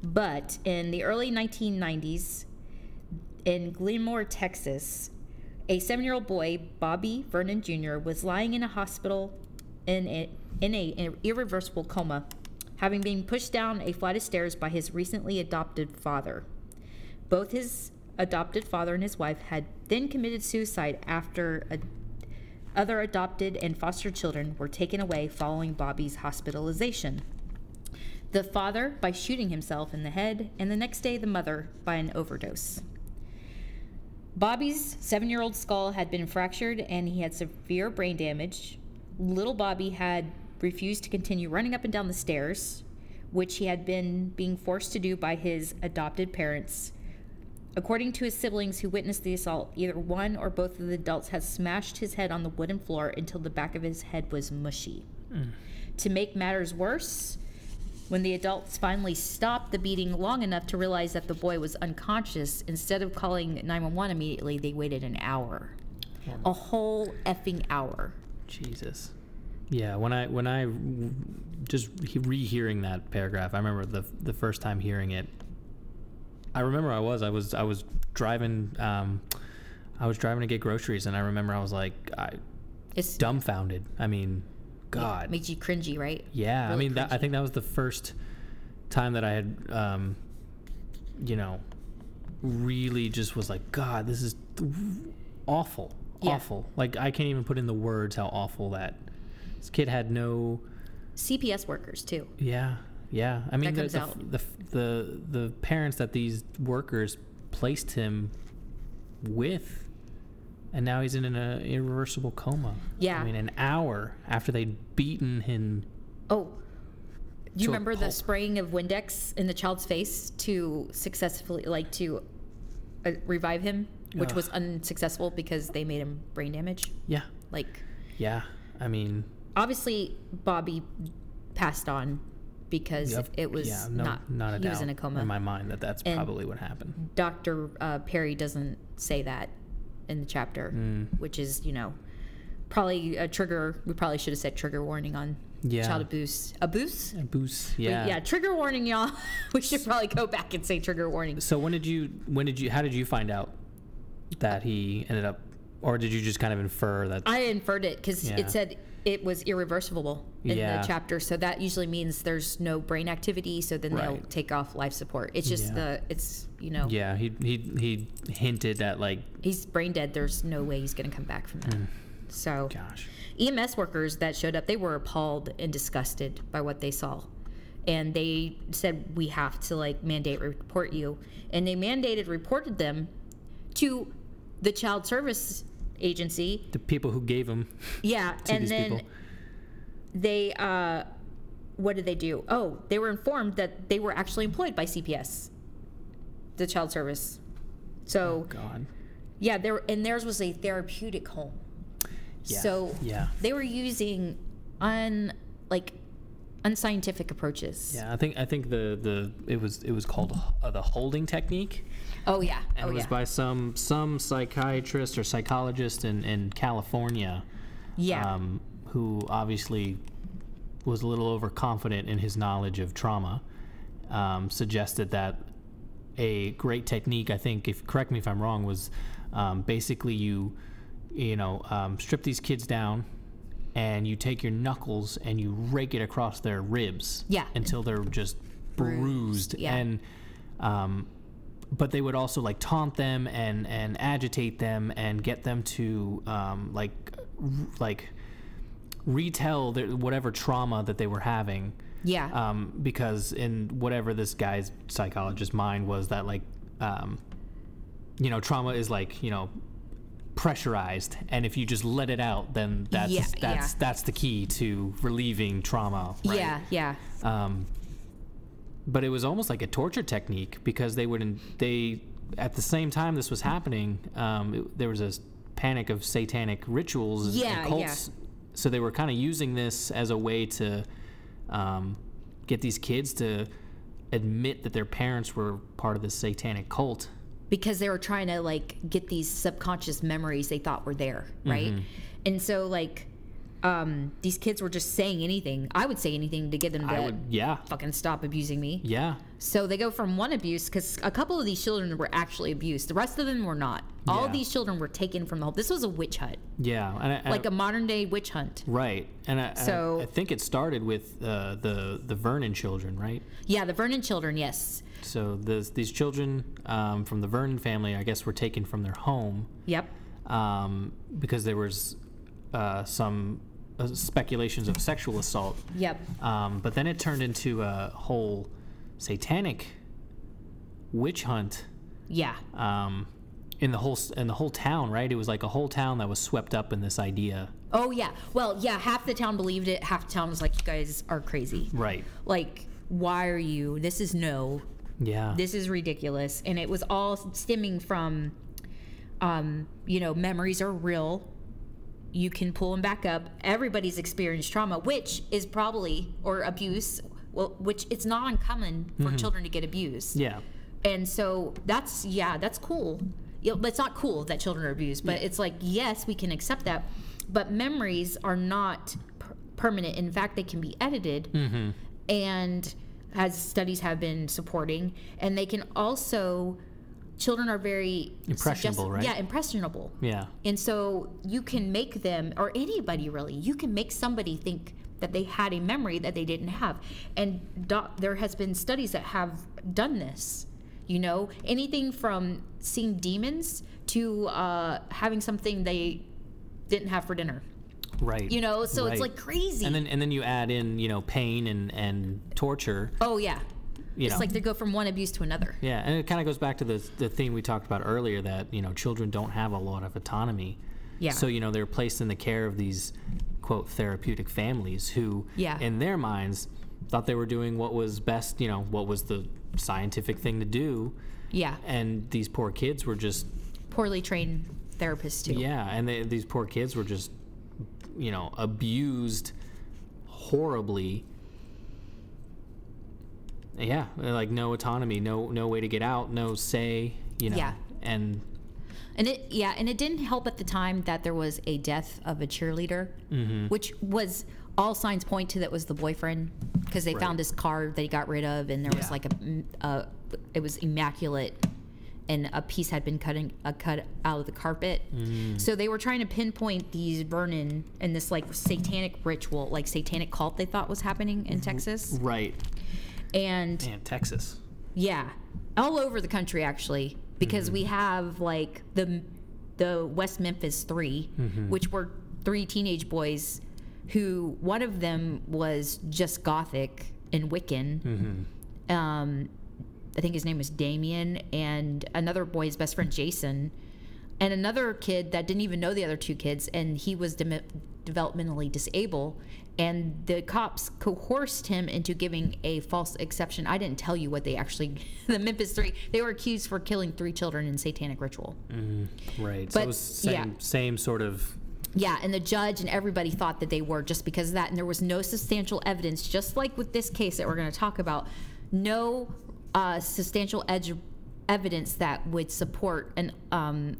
but in the early 1990s, in Glenmore, Texas, a seven year old boy, Bobby Vernon Jr., was lying in a hospital in a, in a, an irreversible coma, having been pushed down a flight of stairs by his recently adopted father. Both his adopted father and his wife had then committed suicide after a, other adopted and foster children were taken away following Bobby's hospitalization the father by shooting himself in the head, and the next day the mother by an overdose. Bobby's seven year old skull had been fractured and he had severe brain damage. Little Bobby had refused to continue running up and down the stairs, which he had been being forced to do by his adopted parents. According to his siblings who witnessed the assault, either one or both of the adults had smashed his head on the wooden floor until the back of his head was mushy. To make matters worse, when the adults finally stopped the beating long enough to realize that the boy was unconscious, instead of calling 911 immediately, they waited an hour. A whole effing hour.
Jesus. Yeah, when I when I w- just he- rehearing that paragraph, I remember the the first time hearing it. I remember I was I was I was driving um, I was driving to get groceries, and I remember I was like I
It's
dumbfounded. I mean, God.
made you cringy, right?
Yeah, I
really
mean, that, I think that was the first time that I had, um, you know, really just was like, God, this is awful,
Yeah.
awful. Like I can't even put in the words how awful that this kid had no.
CPS workers too.
Yeah, yeah. I mean, the,
comes
the,
out.
the the the parents that these workers placed him with. And now he's in an uh, irreversible coma.
Yeah.
I mean, an hour after they'd beaten him
Oh, do you
To a
remember the
pulp.
spraying of Windex in the child's face to successfully, like, to uh, revive him, which was unsuccessful because they made him brain damage?
Yeah.
Like,
Yeah. I mean,
obviously, Bobby passed on because
I've-
it was
yeah, no,
not,
not a
he
doubt
was in a coma.
in my mind that that's
And- Mm-hmm.
probably what happened.
Dr. Uh, Perry doesn't say that in the chapter,
Mm.
which is, you know, probably a trigger. We probably should have said trigger warning on
Yeah.
child abuse. Abuse?
A boost.
Wait,
Yeah.
yeah, trigger warning, y'all. we should probably go back and say trigger warning.
So when did you? When did you? How did you find out that he ended up Or did you just kind of infer that?
I inferred it because
Yeah.
it said it was irreversible in
Yeah.
the chapter. So that usually means there's no brain activity. So then they'll
Right.
take off life support. It's just
Yeah.
the it's you know
yeah, he he he hinted at like,
he's brain dead. There's no way he's gonna come back from that.
Mm.
So
gosh,
EMS workers that showed up they were appalled and disgusted by what they saw. And they said we have to like mandate report you. And they mandated reported them to the child service agency
the people who gave him
Yeah,
to
and
these
then
people.
they uh what did they do? Oh, they were informed that they were actually employed by CPS, the child service. So
God.
yeah, there and theirs was a therapeutic home.
Yeah.
So
yeah,
they were using un like unscientific approaches.
yeah. I think I think the the it was it was called uh, the holding technique.
Oh yeah.
and
oh
it was
yeah.
by some some psychiatrist or psychologist in in California,
yeah.
um, who obviously was a little overconfident in his knowledge of trauma, um, suggested that a great technique. I think, if correct me if I'm wrong, was um, basically you you know um, strip these kids down. And you take your knuckles and you rake it across their ribs
Yeah.
until they're just bruised.
yeah.
And um, but they would also like taunt them and and agitate them and get them to um, like r- like retell their, whatever trauma that they were having
yeah.
um, because in whatever this guy's psychologist's mind was that like um, you know trauma is like you know pressurized and if you just let it out then that's
Yeah, yeah.
that's that's the key to relieving trauma right?
Yeah, yeah.
um, but it was almost like a torture technique because they would they at the same time this was happening um, it- there was a panic of satanic rituals and, and
Yeah, yeah.
cults so they were kind of using this as a way to um, get these kids to admit that their parents were part of this satanic cult
because they were trying to like get these subconscious memories they thought were there,
Mm-hmm.
right? And so like um these kids were just saying anything. I would say anything to get them to
i would yeah
fucking stop abusing me.
yeah
So they go from one abuse cuz a couple of these children were actually abused. The rest of them were not. All
Yeah.
these children were taken from the home. This was a witch hunt.
yeah and I, and
Like a modern day witch hunt.
right and I,
So-
I, I think it started with uh, the the vernon children right
Yeah, the Vernon children, yes.
So this, these children um, from the Vernon family, I guess, were taken from their home
Yep.
um, because there was uh, some uh, speculations of sexual assault.
Yep.
Um, but then it turned into a whole satanic witch hunt
Yeah.
um, in the whole s- in the whole town. Right? It was like a whole town that was swept up in this idea.
Oh yeah. Well, yeah, half the town believed it, half the town was like you guys are crazy.
Right.
like why are you this is no
Yeah.
this is ridiculous and it was all stemming from um you know memories are real you can pull them back up everybody's experienced trauma which is probably or abuse well which it's not uncommon for children to get abused
yeah.
and so that's yeah, that's cool. You know, it's not cool that children are abused, but it's like yes, we can accept that. But memories are not per- permanent. In fact, they can be edited,
Mm-hmm.
and as studies have been supporting, and they can also children are very
Impressionable,
suggest-
right?
Yeah, impressionable.
Yeah.
And so you can make them, or anybody really, you can make somebody think that they had a memory that they didn't have. And doc, there has been studies that have done this. You know, anything from seeing demons to uh, having something they didn't have for dinner.
Right.
You know, so
Right.
it's like crazy.
And then and then you add in you know pain and and torture.
oh yeah,
You
it's
know.
like they go from one abuse to another.
Yeah, and it kind of goes back to the the theme we talked about earlier that you know children don't have a lot of autonomy.
Yeah.
So you know they're placed in the care of these quote therapeutic families who,
Yeah.
in their minds, thought they were doing what was best. You know what was the scientific thing to do,
Yeah,
and these poor kids were just
poorly trained therapists too.
yeah, and they, these poor kids were just you know abused horribly. Yeah, like no autonomy, no no way to get out, no say, you know.
Yeah.
And
And it yeah, and it didn't help at the time that there was a death of a cheerleader, which was all signs point to that was the boyfriend because they found this car that he got rid of, and there was
Yeah.
like a, mm, a it was immaculate, and a piece had been cutting uh, cut out of the carpet. So they were trying to pinpoint these Vernon and this like satanic ritual, like satanic cult they thought was happening in Texas,
Right.
and
Man, Texas.
yeah, all over the country actually, because we have like the the West Memphis 3 which were three teenage boys who one of them was just Gothic and Wiccan. Um, I think his name was Damien, and another boy's best friend Jason, and another kid that didn't even know the other two kids, and he was dem- developmentally disabled. And the cops coerced him into giving a false exception. I didn't tell you what they actually. The Memphis Three. They were accused for killing three children in satanic ritual.
Hmm. Right. so it
But,
was same,
yeah.
same sort of.
Yeah, and the judge and everybody thought that they were just because of that. And there was no substantial evidence, just like with this case that we're going to talk about, no uh, substantial edge evidence that would support an um,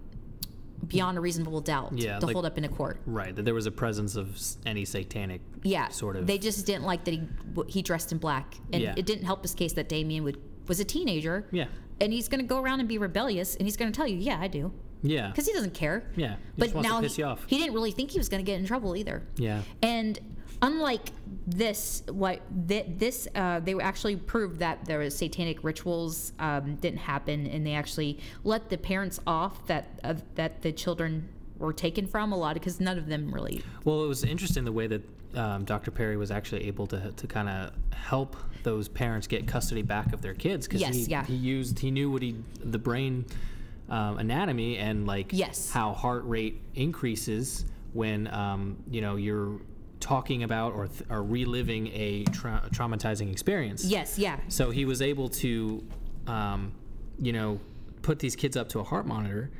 beyond a reasonable doubt
Yeah,
to
like-
hold up in a court.
Right. That there was a presence of s- any satanic.
Yeah,
Sort of.
They just didn't like that he he dressed in black, and
Yeah.
it didn't help his case that Damien would was a teenager.
Yeah.
and he's going to go around and be rebellious, and he's going to tell you, "Yeah, I do,"
Yeah.
because he doesn't care.
Yeah. He
but
just wants to
now
piss
he,
you off.
he didn't really think he was going to get in trouble either.
Yeah.
And unlike this, what th- this uh, they were actually proved that there was satanic rituals um, didn't happen, and they actually let the parents off that of that the children were taken from a lot because none of them really.
Well, it was interesting the way that um, Dr. Perry was actually able to, to kind of help those parents get custody back of their kids because
Yes,
he,
yeah.
he used he knew what he the brain um, anatomy and like
Yes.
how heart rate increases when um, you know you're talking about or, th- or reliving a tra- traumatizing experience.
Yes, yeah,
So he was able to, um, you know, put these kids up to a heart monitor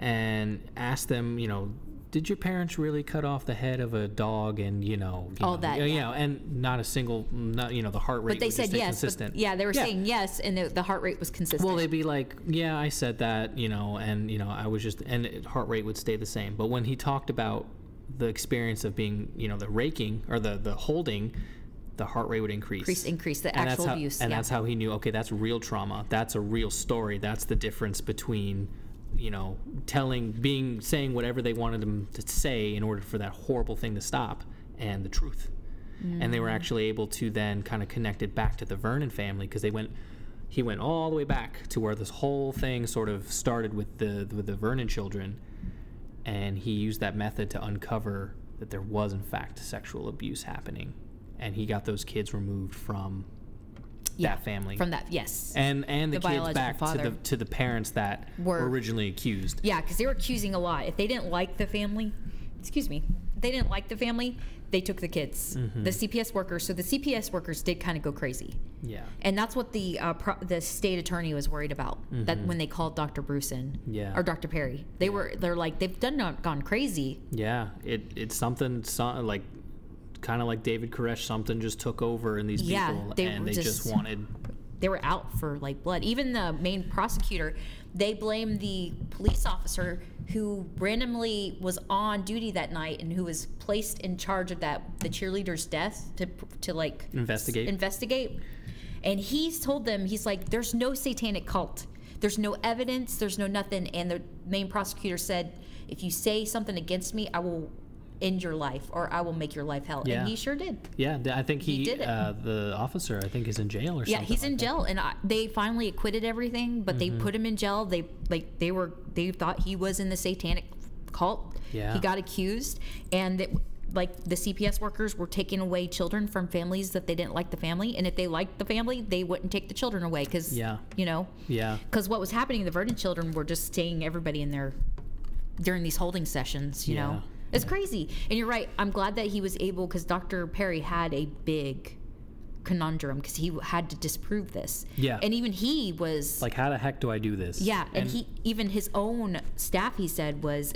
and ask them, you know, did your parents really cut off the head of a dog and you know you
All
know,
that,
you
yeah.
know, and not a single not you know the heart rate
but they
would just
said
stay
yes.
consistent
But yeah, they were saying yes, and the, the heart rate was consistent.
well they'd be like yeah I said that you know and you know I was just and it, heart rate would stay the same but when he talked about the experience of being you know the raking or the the holding the heart rate would
increase, increase the
and
actual
that's how,
abuse.
And
yeah.
that's how he knew. Okay, that's real trauma. That's a real story. That's the difference between, you know, telling, being, saying whatever they wanted him to say in order for that horrible thing to stop, and the truth. And
Mm.
they were actually able to then kind of connect it back to the Vernon family because they went. He went all the way back to where this whole thing sort of started with the with the Vernon children, and he used that method to uncover that there was in fact sexual abuse happening, and he got those kids removed from
Yeah,
that family
from that. Yes.
and and the,
the
kids
biological
back to
father.
the to the parents that were,
Were-
originally accused.
Yeah, because they were accusing a lot. If they didn't like the family, excuse me, if they didn't like the family, they took the kids,
Mm-hmm.
the CPS workers. So the CPS workers did kind of go crazy,
Yeah,
and that's what the uh, pro- the state attorney was worried about. That when they called Dr. Bruce in,
Mm-hmm. Yeah.
or Dr. Perry, they were they're like they've done not gone crazy.
yeah. It it's something so, like kind of like David Koresh. Something just took over in these
Yeah,
people,
they
and
were
they just,
just-
wanted.
They were out for like blood. Even the main prosecutor, they blamed the police officer who randomly was on duty that night and who was placed in charge of that the cheerleader's death to to like
Investigate.
investigate. And he's told them, he's like, there's no satanic cult. There's no evidence. There's no nothing. And the main prosecutor said, if you say something against me, I will end your life or I will make your life hell.
Yeah.
And he sure did.
Yeah, th- I think he,
did it.
uh, the officer. I think is in jail or
Yeah,
something.
he's
like Mm-hmm.
in jail, and I, they finally acquitted everything, but they put him in jail. They like they were they thought he was in the satanic cult.
Yeah.
he got accused, and that like the CPS workers were taking away children from families that they didn't like the family, and if they liked the family, they wouldn't take the children away because
Yeah.
you know
that. Yeah,
because what was happening, the Verdant children were just staying everybody in their during these holding sessions. You
Yeah.
know, it's crazy. And you're right. I'm glad that he was able because Dr. Perry had a big conundrum because he had to disprove this.
Yeah.
and even he was
like how the heck do I do this?
yeah, and, he even his own staff he said was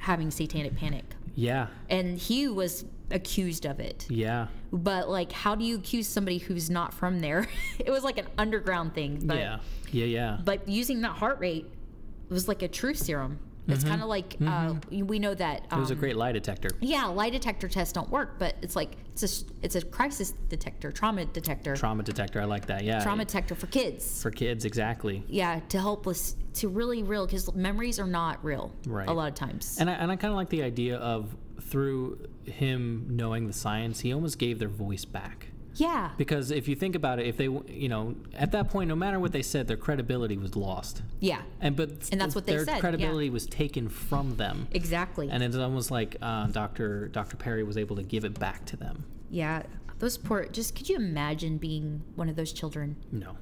having satanic panic,
yeah,
and he was accused of it.
yeah,
But like, how do you accuse somebody who's not from there? it was like an underground thing. But
yeah, yeah, yeah.
but using that heart rate was like a truth serum. It's kind of like uh, we know that um,
Mm-hmm. It was a great lie detector.
yeah, lie detector tests don't work, but it's like it's a it's a crisis detector, trauma detector,
Trauma detector. I like that. Yeah.
trauma detector for kids.
for kids, exactly.
Yeah, to help us to really real because memories are not real
Right.
a lot of times.
And I, and I kind of like the idea of through him knowing the science, he almost gave their voice back.
yeah,
Because if you think about it, if they, w- you know, at that point, no matter what they said, their credibility was lost.
yeah,
And but
And that's what they
their
said, yeah.
credibility was taken from them.
exactly.
And it's almost like uh, Doctor Doctor Perry was able to give it back to them.
yeah, those poor. Just could you imagine being one of those children?
No,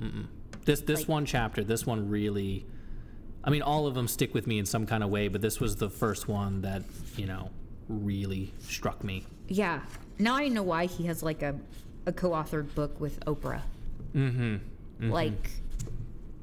Mm-mm. this this one chapter, this one really, I mean, all of them stick with me in some kind of way, but this was the first one that you know really struck me.
Yeah. Now I know why he has like a, a co-authored book with Oprah. Mm-hmm. Like,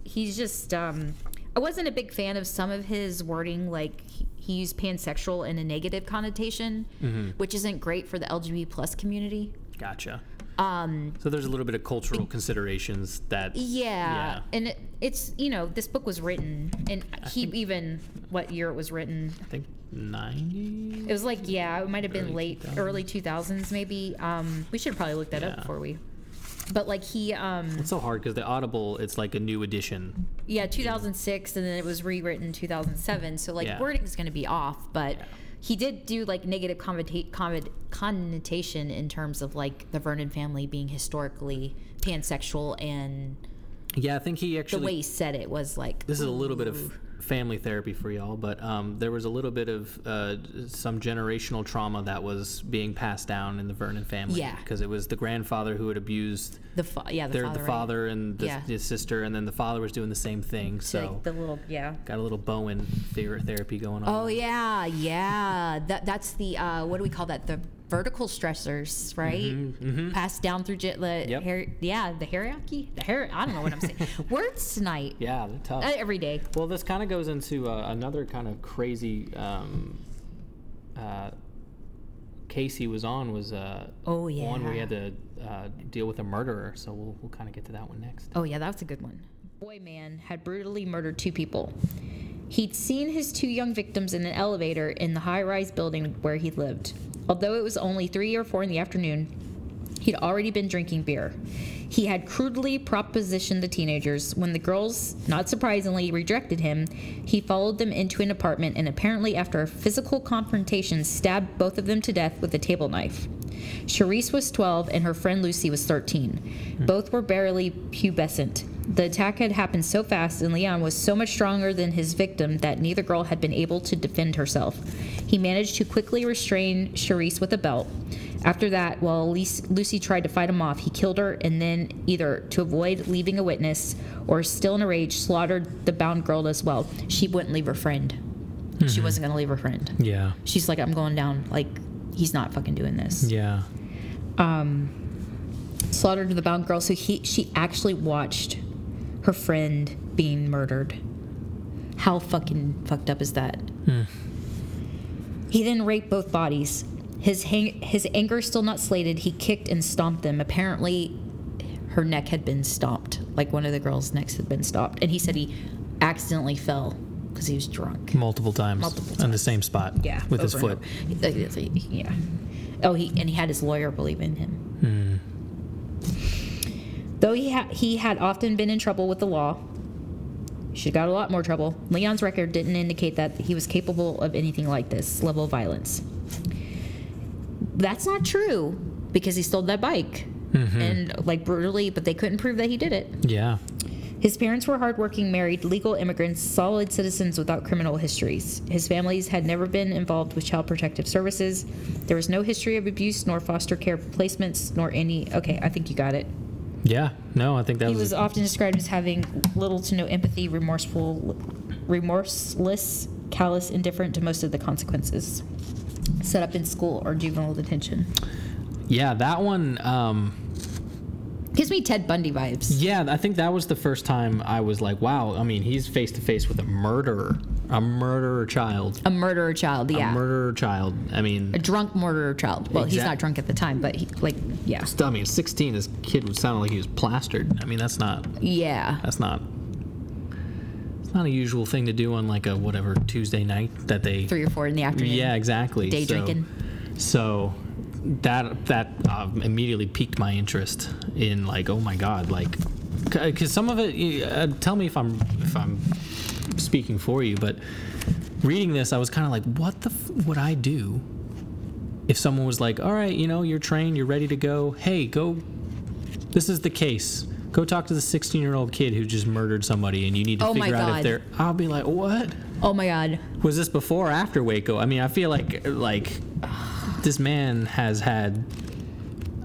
he's just. Um, I wasn't a big fan of some of his wording. Like he, he used pansexual in a negative connotation, which isn't great for the LGBT plus community.
Gotcha. Um, so there's a little bit of cultural considerations that
Yeah.
Yeah.
And it, it's you know this book was written and he even what year it was written.
I think ninety.
It was like yeah, it might have been late early two thousands maybe. Um, we should probably look that up
Yeah.
before we. But like he um.
It's so hard because the Audible, it's like a new edition.
Yeah, 2006, and then it was rewritten in 2007. So like
Yeah.
wording's going to be off, but he did do like negative connota- conno- connotation in terms of like the Vernon family being historically pansexual, and
Yeah, I think he
the
actually
way he said it was like
This is a little bit of family therapy for y'all, but um, there was a little bit of uh, some generational trauma that was being passed down in the Vernon family.
Yeah.
Because it was the grandfather who had abused
the fa- yeah the
their,
father,
the
right?
father and the,
Yeah.
the sister, and then the father was doing the same thing.
To,
So
like the little yeah.
got a little Bowen ther- therapy going on.
Oh yeah, yeah. That that's the uh, what do we call that? The vertical stressors, right? Passed down through ge- the
Mm-hmm, Yep.
hair, yeah, the hierarchy, the hair. I don't know what I'm saying. Words tonight.
Yeah, they're tough.
Uh, every day.
Well, this kind of goes into uh, another kind of crazy um, uh, case he was on was uh,
Oh,
one where he
yeah.
had to uh, deal with a murderer. So we'll, we'll kind of get to that one next.
Oh, yeah, that's a good one. Boy man had brutally murdered two people. He'd seen his two young victims in an elevator in the high rise building where he lived. Although it was only three or four in the afternoon, he'd already been drinking beer. He had crudely propositioned the teenagers. When the girls, not surprisingly, rejected him, he followed them into an apartment and apparently, after a physical confrontation, stabbed both of them to death with a table knife. Charisse was 12 and her friend Lucy was 13. Both were barely pubescent. The attack had happened so fast and Leon was so much stronger than his victim that neither girl had been able to defend herself. He managed to quickly restrain Charisse with a belt. After that, while Elise- Lucy tried to fight him off, he killed her and then, either to avoid leaving a witness or still in a rage, slaughtered the bound girl as well. She wouldn't leave her friend. She wasn't going to leave her friend.
Yeah,
She's like, I'm going down. Like, he's not fucking doing this
yeah.
um, slaughtered the bound girl. So he, she actually watched her friend being murdered. How fucking fucked up is that? He then raped both bodies. His hang, his anger still not slated. He kicked and stomped them. Apparently, her neck had been stomped. Like one of the girls' necks had been stomped, and he said he accidentally fell because he was drunk.
Multiple times
Multiple
on the same spot.
Yeah,
with his
over
foot.
and over. Like, it's like, Yeah. Oh, he and he had his lawyer believe in him.
Hmm.
Though he ha- he had often been in trouble with the law, she got a lot more trouble. Leon's record didn't indicate that he was capable of anything like this level of violence. That's not true because he stole that bike
Mm-hmm.
and like brutally, but they couldn't prove that he did it.
Yeah,
His parents were hardworking, married, legal immigrants, solid citizens without criminal histories. His families had never been involved with child protective services. There was no history of abuse, nor foster care placements, nor any. Okay, I think you got it.
yeah. No, I think that
He was often described as having little to no empathy, remorseful, remorseless, callous, indifferent to most of the consequences. Set up in school or juvenile detention.
yeah. That one. Um,
Gives me Ted Bundy vibes.
Yeah, I think that was the first time I was like, wow, I mean, he's face to face with a murderer, a murderer child,
A murderer child, yeah.
a murderer child. I mean,
a drunk murderer child. Well, he's
Exact-
not drunk at the time, but he, like, yeah,
I mean, 16, this kid would sound like he was plastered. I mean, that's not,
yeah,
that's not, it's not a usual thing to do on like a whatever Tuesday night that they
three or four in the afternoon.
Yeah, exactly.
Day
So-
drinking.
So that that uh, immediately piqued my interest in like, oh my god, like, because some of it. Uh, tell me if I'm if I'm speaking for you, but reading this, I was kind of like, what the f- would I do if someone was like, all right, you know, you're trained, you're ready to go. Hey, go. This is the case. Go talk to the 16 year old kid who just murdered somebody, and you need to
Oh my
figure out if
God.
they're. I'll be like, what?
Oh my god.
was this before or after Waco? I mean, I feel like like this man has had.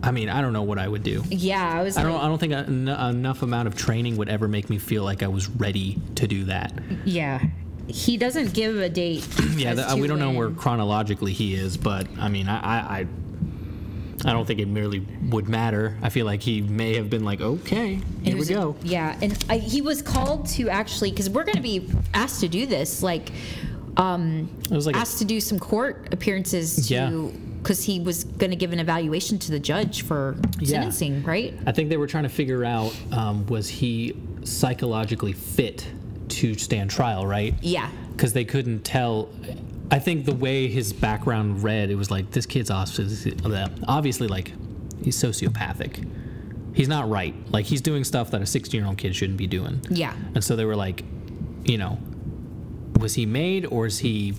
I mean, I don't know what I would do.
Yeah, I was.
I
Like,
don't. I don't think en- enough amount of training would ever make me feel like I was ready to do that.
yeah, he doesn't give a date.
uh, Yeah,
as
th-
to
we don't know
when.
where chronologically he is, but I mean, I, I, I, I don't think it merely would matter. I feel like he may have been like, okay,
It
here we
was a-
go.
yeah, and I, he was called to actually because we're going to be asked to do this, like, um,
It was like a-
asked to do some court appearances
Yeah.
to because he was going to give an evaluation to the judge for sentencing, right?
I think they were trying to figure out um, was he psychologically fit to stand trial, right?
Yeah,
because they couldn't tell. I think the way his background read, it was like this kid's obviously, obviously like he's sociopathic. He's not right. Like he's doing stuff that a 16 year old kid shouldn't be doing.
yeah,
And so they were like, you know, was he made or is he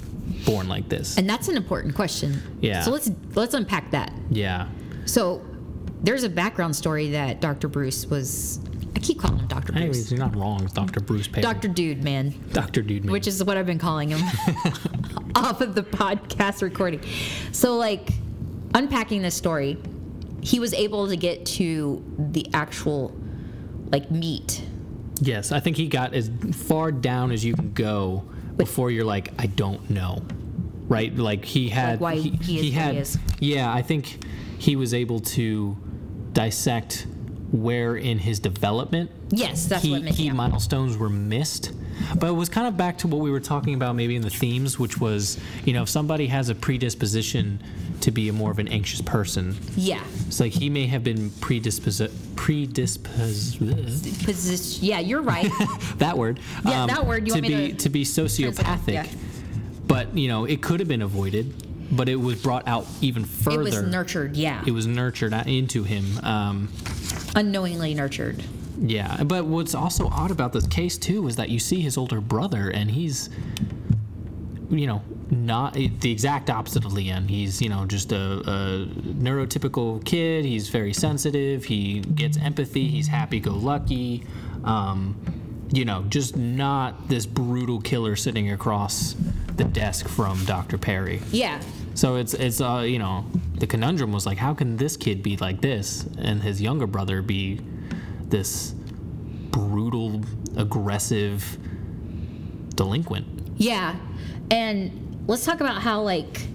born like this?
and that's an important question.
Yeah.
So let's let's unpack that.
yeah.
So there's a background story that Dr. Bruce was. I keep calling him Dr. Bruce.
Anyways, you're not wrong, Dr. Bruce Perry.
Dr. Dude, man.
Dr. Dude.
which is what I've been calling him off of the podcast recording. So, like, unpacking this story, he was able to get to the actual, like, meat.
Yes, I think he got as far down as you can go before you're like, I don't know, right? Like he had,
why
he,
he is what he
had,
is.
yeah. I think he was able to dissect where in his development
Yes, that's
he,
what made
he
him.
milestones were missed. But it was kind of back to what we were talking about maybe in the themes, which was, you know, if somebody has a predisposition to be a more of an anxious person,
yeah.
it's like he may have been predisposed, predisposed
Position, yeah, you're right.
that word. Um,
Yeah, that word, you want
to
me
be
to-
be sociopathic,
yeah.
but you know it could have been avoided, but it was brought out even
it
further.
was nurtured, yeah.
It was nurtured out- into him. Um,
Unknowingly nurtured.
yeah, but what's also odd about this case too is that you see his older brother, and he's, you know, not eh, the exact opposite of Liam. He's you know just a, a neurotypical kid. He's very sensitive. He gets empathy. He's happy-go-lucky. Um, you know, just not this brutal killer sitting across the desk from Dr. Perry.
Yeah.
So it's it's uh you know the conundrum was like how can this kid be like this and his younger brother be this brutal aggressive delinquent?
Yeah. And let's talk about how like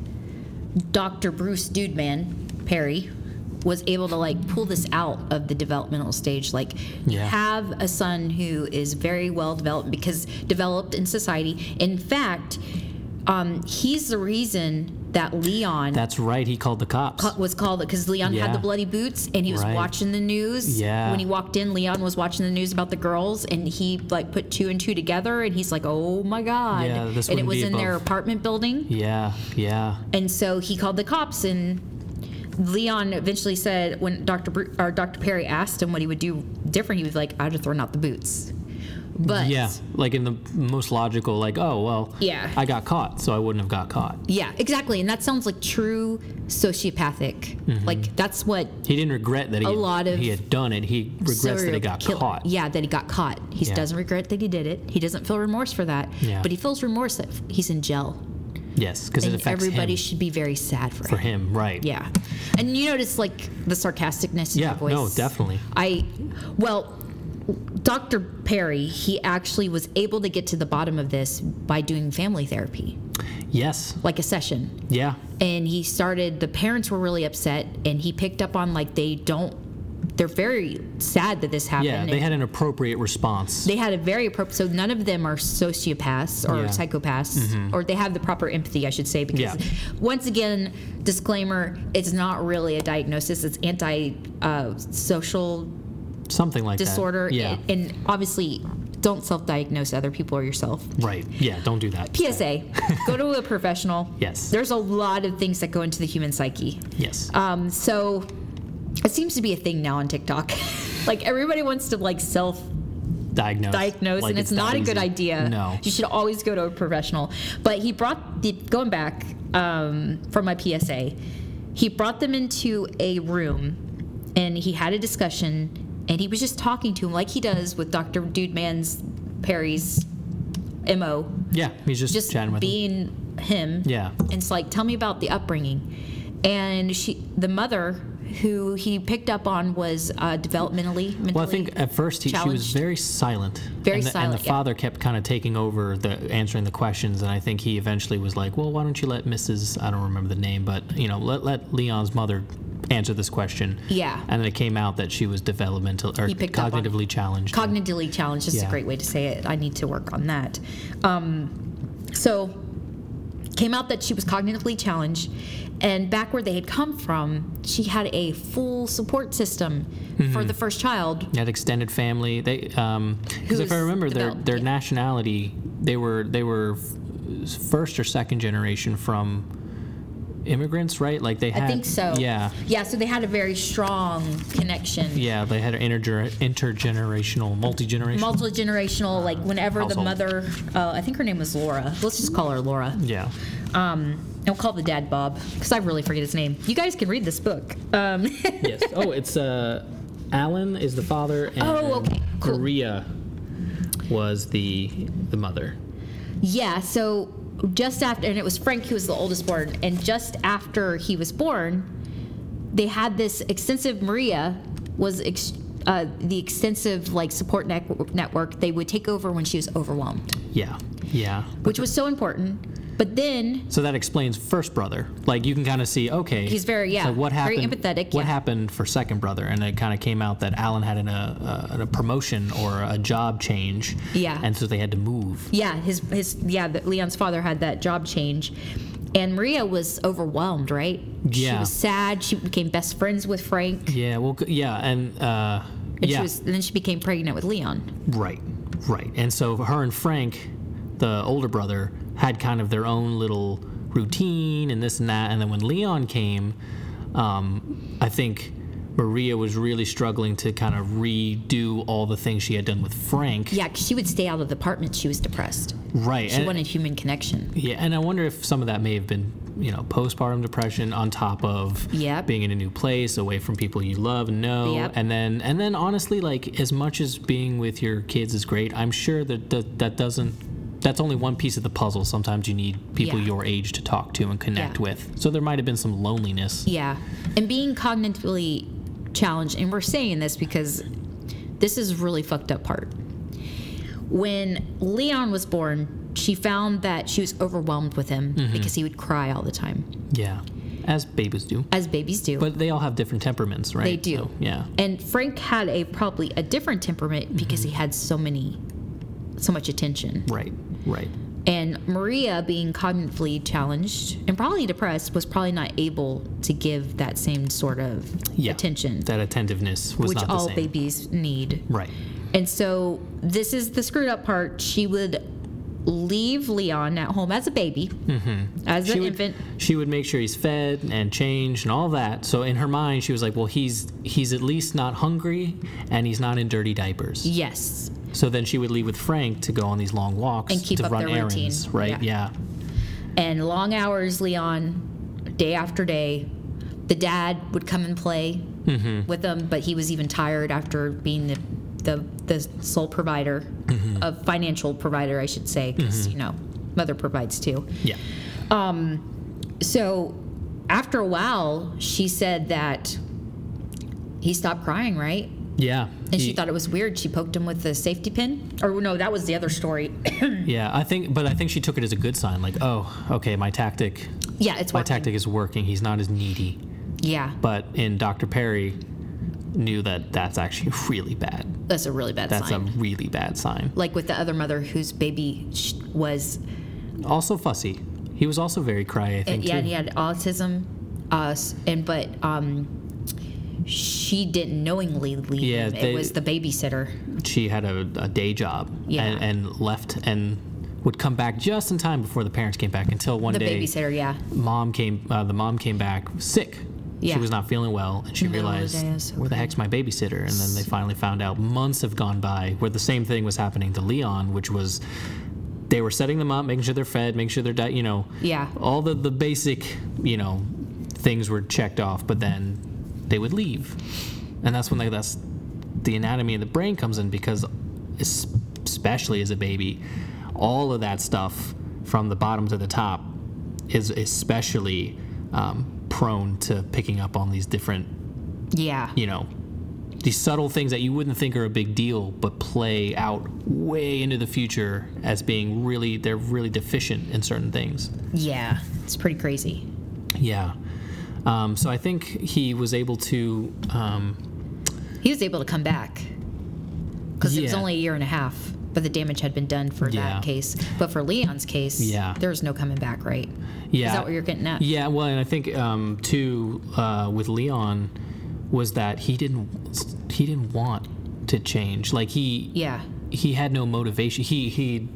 Dr. Bruce Dude Man Perry was able to like pull this out of the developmental stage like you
Yeah.
have a son who is very well developed because developed in society in fact um, he's the reason that leon
That's right. He called the cops.
was called because leon
Yeah.
had the bloody boots and he was
Right.
watching the news
Yeah.
when he walked in leon was watching the news about the girls and he like put two and two together and he's like oh my god
Yeah, this
and it
wouldn't
was
be
in their
above-
apartment building
Yeah, yeah,
and so he called the cops and Leon eventually said when Dr. Bru- or Dr. Perry asked him what he would do different, he was like, I'd have thrown out the boots. But
yeah. Like in the most logical, like oh well,
Yeah.
I got caught, so I wouldn't have got caught.
yeah, exactly. And that sounds like true sociopathic.
Mm-hmm.
Like that's what
He didn't regret that he,
A
had-
lot of
he had done it. He regrets that he
serial
got
kill-
caught.
Yeah, that he got caught. He
Yeah.
doesn't regret that he did it. He doesn't feel remorse for that.
Yeah.
But he feels remorse that he's in jail.
Yes, because it
And
affects
everybody
him.
should be very sad for,
for
him.
him, right?
Yeah. And you notice like the sarcasticness in
Yeah.
her voice.
No, definitely.
I, well, Dr. Perry, he actually was able to get to the bottom of this by doing family therapy,
Yes.
like a session.
Yeah.
And he started, the parents were really upset, and he picked up on like they don't, they're very sad that this happened.
Yeah. They
and
had an appropriate response.
they had a very appropriate, so none of them are sociopaths or
Yeah. Mm-hmm.
psychopaths, or they have the proper empathy, I should say, because
Yeah.
once again, disclaimer, it's not really a diagnosis, it's anti uh, social
something like
disorder
that. Yeah.
and, and obviously don't self-diagnose other people or yourself.
Right. Yeah. Don't do that.
PSA: Go to a professional.
Yes.
There's a lot of things that go into the human psyche.
Yes.
Um, so it seems to be a thing now on TikTok. like everybody wants to like self
Diagnose.
diagnose
Like,
and it's,
that
not a good
easy.
idea.
No.
You should always go to a professional. But he brought the going back um, from my PSA, he brought them into a room and he had a discussion and he was just talking to him like he does with Dr. Dude Man's Perry's MO.
Yeah. He's just,
Just
chatting with him.
being him.
Yeah.
And it's like, tell me about the upbringing. And she, the mother who he picked up on was uh, developmentally, mentally.
Well, I think at first he, she was
challenged.
very silent.
Very
and the, And
silent,
the
yeah.
father kept kind of taking over the answering the questions, and I think he eventually was like, "Well, why don't you let Mrs. I don't remember the name, but you know, let let Leon's mother answer this question."
Yeah.
And then it came out that she was developmental or
He picked up on it.
cognitively challenged.
cognitively challenged is
Yeah.
a great way to say it i need to work on that um, so came out that she was cognitively challenged and back where they had come from she had a full support system for
Mm-hmm.
the first child
That extended family. They um 'cause because if I
Who's
remember their
developed,
their
yeah.
nationality, they were they were f- first or second generation from immigrants, right? Like they had.
i think so
Yeah.
yeah so they had a very strong connection
Yeah, they had an interger- intergenerational, multi-generational.
multi-generational like whenever the
Household.
mother uh, i think her name was laura let's just call her laura
yeah.
um, don't call the dad bob because i really forget his name you guys can read this book um,
Yes. Oh, it's uh, Alan is the father, and
Oh, okay, cool.
Maria was the the mother.
Yeah, so just after, and it was Frank who was the oldest born, and just after he was born, they had this extensive, Maria was ex, uh, the extensive like support net- network they would take over when she was overwhelmed,
Yeah. Yeah.
which was so important. But then,
So that explains first brother. Like you can kind of see, okay,
He's very- yeah,
So what
very
happened?
empathetic,
What
yeah.
happened for second brother? And it kind of came out that Alan had an, uh, a promotion or a job change.
Yeah.
And so they had to move.
yeah, his, his yeah, that Leon's father had that job change. And Maria was overwhelmed, right? She
Yeah.
was sad. She became best friends with Frank.
Yeah. Well. c- Yeah. And. Uh,
And,
yeah.
she was, and then she became pregnant with Leon.
Right, right. And so her and Frank, the older brother, had kind of their own little routine and this and that. And then when Leon came, um, I think Maria was really struggling to kind of redo all the things she had done with Frank.
Yeah, 'cause she would stay out of the apartment. She was depressed.
right.
She
and,
wanted human connection.
yeah, and I wonder if some of that may have been, you know, postpartum depression on top of
Yep.
being in a new place, away from people you love and know,
Yep.
and then and then honestly, like as much as being with your kids is great, I'm sure that that, that doesn't. That's only one piece of the puzzle. Sometimes you need people
Yeah.
your age to talk to and connect
Yeah.
with. So there might have been some loneliness.
Yeah. And being cognitively challenged, and we're saying this because this is really fucked up part. When Leon was born, she found that she was overwhelmed with him
Mm-hmm.
because he would cry all the time,
Yeah, as babies do.
as babies do.
But they all have different temperaments, right?
They do.
So, yeah.
and Frank had a probably a different
Mm-hmm.
temperament because he had so many so much attention.
Right. Right.
And Maria, being cognitively challenged and probably depressed, was probably not able to give that same sort of
Yeah.
attention,
That attentiveness was
which
not the
all
same.
babies need.
Right.
And so, this is the screwed up part. She would leave Leon at home as a baby, as an
would-
infant.
Mm-hmm. she would make sure he's fed and changed and all that. So in her mind, she was like, "Well, he's he's at least not hungry and he's not in dirty diapers."
Yes.
So then she would leave with Frank to go on these long walks
And keep
to
up
run
their routine.
errands, right? Yeah.
And long hours, Leon, day after day. The dad would come and play
Mm-hmm.
with them, but he was even tired after being the the, the sole provider,
Mm-hmm.
a financial provider, I should say, because you know, mother provides too.
yeah,
Um, So after a while, she said that he stopped crying, right?
yeah,
And she
He-
thought it was weird. She poked him with a safety pin. Or no, that was the other story.
yeah. I think, but I think she took it as a good sign. Like, oh, okay, my tactic,
yeah, it's
my
working.
tactic is working. He's not as needy.
Yeah,
But in Dr. Perry, knew that that's actually really bad.
that's a really bad
That's
sign.
a really bad sign.
like with the other mother whose baby sh- was,
Also fussy. He was
Uh,
also very cry. I think.
yeah,
too.
and he had autism, uh, s- and but um, she didn't knowingly leave
Yeah,
him.
they-
it was the babysitter.
she had a, a day job
Yeah.
and, and left and would come back just in time before the parents came back until one
The
day
babysitter, yeah.
mom came uh, the mom came back sick
Yeah.
she was not feeling well and she
the middle of the
realized
day, that's so
where the heck's my babysitter and then they finally found out months have gone by where the same thing was happening to leon which was they were setting them up making sure they're fed making sure they're di- you know
Yeah.
all the, the basic you know things were checked off but then they would leave and that's when like that's the anatomy of the brain comes in because es- especially as a baby all of that stuff from the bottom to the top is especially um, prone to picking up on these different
Yeah.
you know these subtle things that you wouldn't think are a big deal but play out way into the future as being really they're really deficient in certain things
Yeah. It's pretty crazy.
yeah um, so i think he was able to um,
He was able to come back because it was
Yeah.
only a year and a half, but the damage had been done for
Yeah.
that case. But for Leon's case,
Yeah.
there was no coming back, right?
yeah
Is that what you're getting at?
Yeah, well, and I think um, too uh, with Leon was that he didn't he didn't want to change. Like he
Yeah.
he had no motivation. He he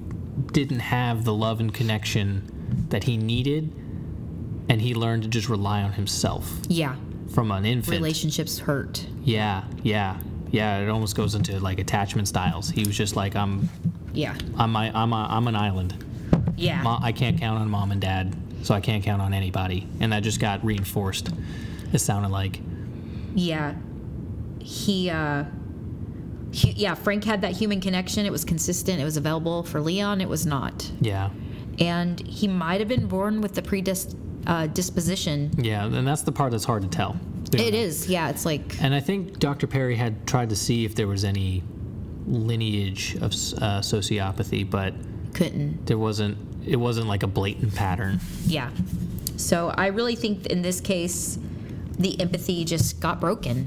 didn't have the love and connection that he needed, and he learned to just rely on himself
Yeah.
from an infant.
Relationships hurt.
Yeah, yeah, yeah. It almost goes into like attachment styles. He was just like I'm
Yeah.
I'm my, I'm a, I'm an island.
Yeah.
Mo- I can't count on mom and dad, so I can't count on anybody. And that just got reinforced. It sounded like.
Yeah. He, uh, he, yeah, Frank had that human connection. It was consistent. It was available for Leon. It was not.
Yeah.
And he might have been born with the predisposition. Uh, disposition.
Yeah. And that's the part that's hard to tell.
It is. Yeah. It's like,
And I think Dr. Perry had tried to see if there was any lineage of uh, sociopathy, but
couldn't.
there wasn't. It wasn't like a blatant pattern.
Yeah. So I really think in this case, the empathy just got broken.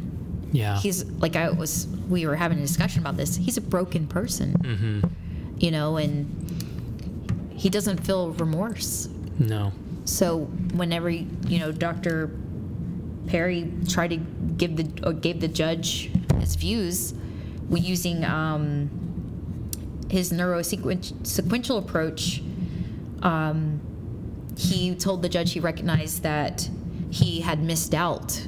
Yeah.
he's like I was we were having a discussion about this. He's a broken person. You know, and he doesn't feel remorse.
no.
So whenever you know Dr. Perry tried to give the or gave the judge his views, we using um, his neurosequential sequential approach. Um, he told the judge he recognized that he had missed out.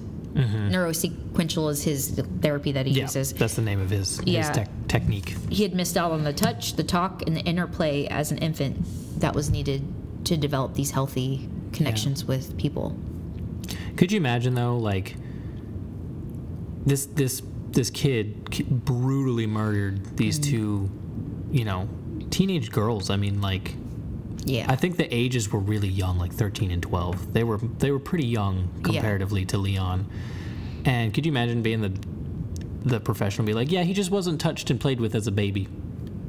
Neurosequential is his therapy that he
Mm-hmm. Yeah.
uses.
That's the name of his
Yeah.
his tec- technique.
He had missed out on the touch, the talk, and the interplay as an infant that was needed to develop these healthy connections with people.
Could you imagine though, like this this this kid k- brutally murdered these two, you know, teenage girls. I mean, like
Yeah.
I think the ages were really young, like 13 and 12. They were they were pretty young comparatively to Leon. And could you imagine being the the professional be like, yeah, he just wasn't touched and played with as a baby.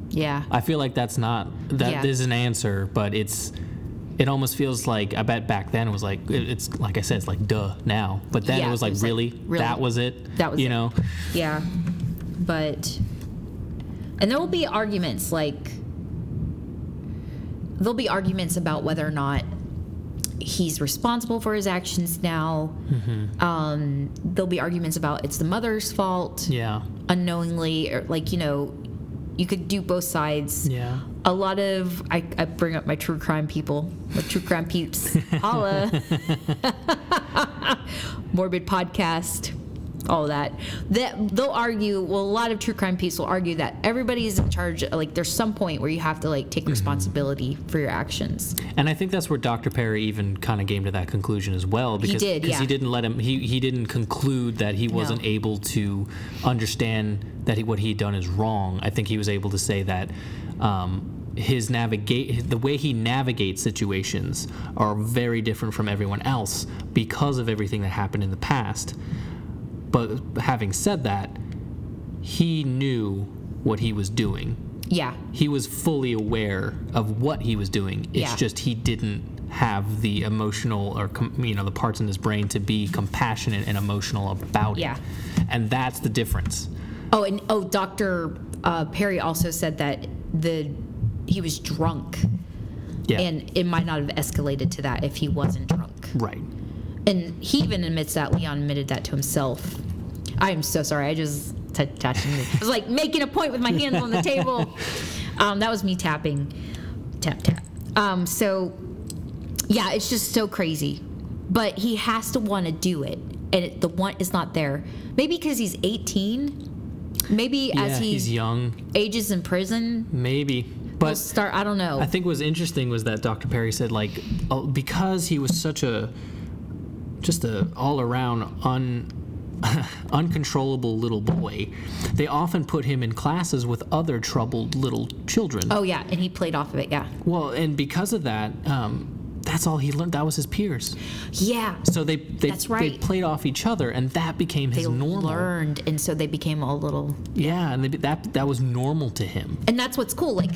yeah.
I feel like that's not that is
Yeah.
an answer, but it's it almost feels like I bet back then it was like it- it's like I said it's like duh now, but then
Yeah,
it was like really,
really?
that was it.
That was
you
it.
know
Yeah. But and there will be arguments like there'll be arguments about whether or not he's responsible for his actions now.
Mm-hmm.
Um, there'll be arguments about it's the mother's fault
yeah
unknowingly or like you know you could do both sides.
yeah
A lot of I, I bring up my true crime people, my true crime peeps. Holla. Morbid podcast, all that. That they'll argue. Well, a lot of true crime peeps will argue that everybody is in charge. Like there's some point where you have to like take responsibility for your actions.
And I think that's where Dr. Perry even kind of came to that conclusion as well because
did,
'cause
yeah.
he didn't let him he, he didn't conclude that he wasn't able to understand that he, what he'd done is wrong. I think he was able to say that um, his navigate the way he navigates situations are very different from everyone else because of everything that happened in the past. But having said that, he knew what he was doing
Yeah.
he was fully aware of what he was doing. It's
Yeah.
just he didn't have the emotional or com- you know the parts in his brain to be compassionate and emotional about
Yeah.
it. And that's the difference.
Oh, and oh, Doctor uh, Perry also said that the he was drunk,
Yeah.
and it might not have escalated to that if he wasn't drunk.
right.
and he even admits that Leon admitted that to himself I'm so sorry. I just t- touched. me. I was like making a point with my hands on the table. Um, that was me tapping, tap tap. Um, so, yeah, it's just so crazy. But he has to want to do it, and it, the want is not there. Maybe because he's 18. Maybe as
yeah,
he
he's young,
ages in prison,
maybe.
he'll
But
start. I don't know.
I think what was interesting was that Dr. Perry said like uh, because he was such a just a all around un uncontrollable little boy, they often put him in classes with other troubled little children.
oh yeah, and he played off of it. Yeah,
Well, and because of that, um, that's all he learned. That was his peers.
yeah.
So they they,
That's
they
right.
played off each other, and that became his
They
normal.
learned, and so they became a little
Yeah, and they, that that was normal to him.
and that's what's cool. Like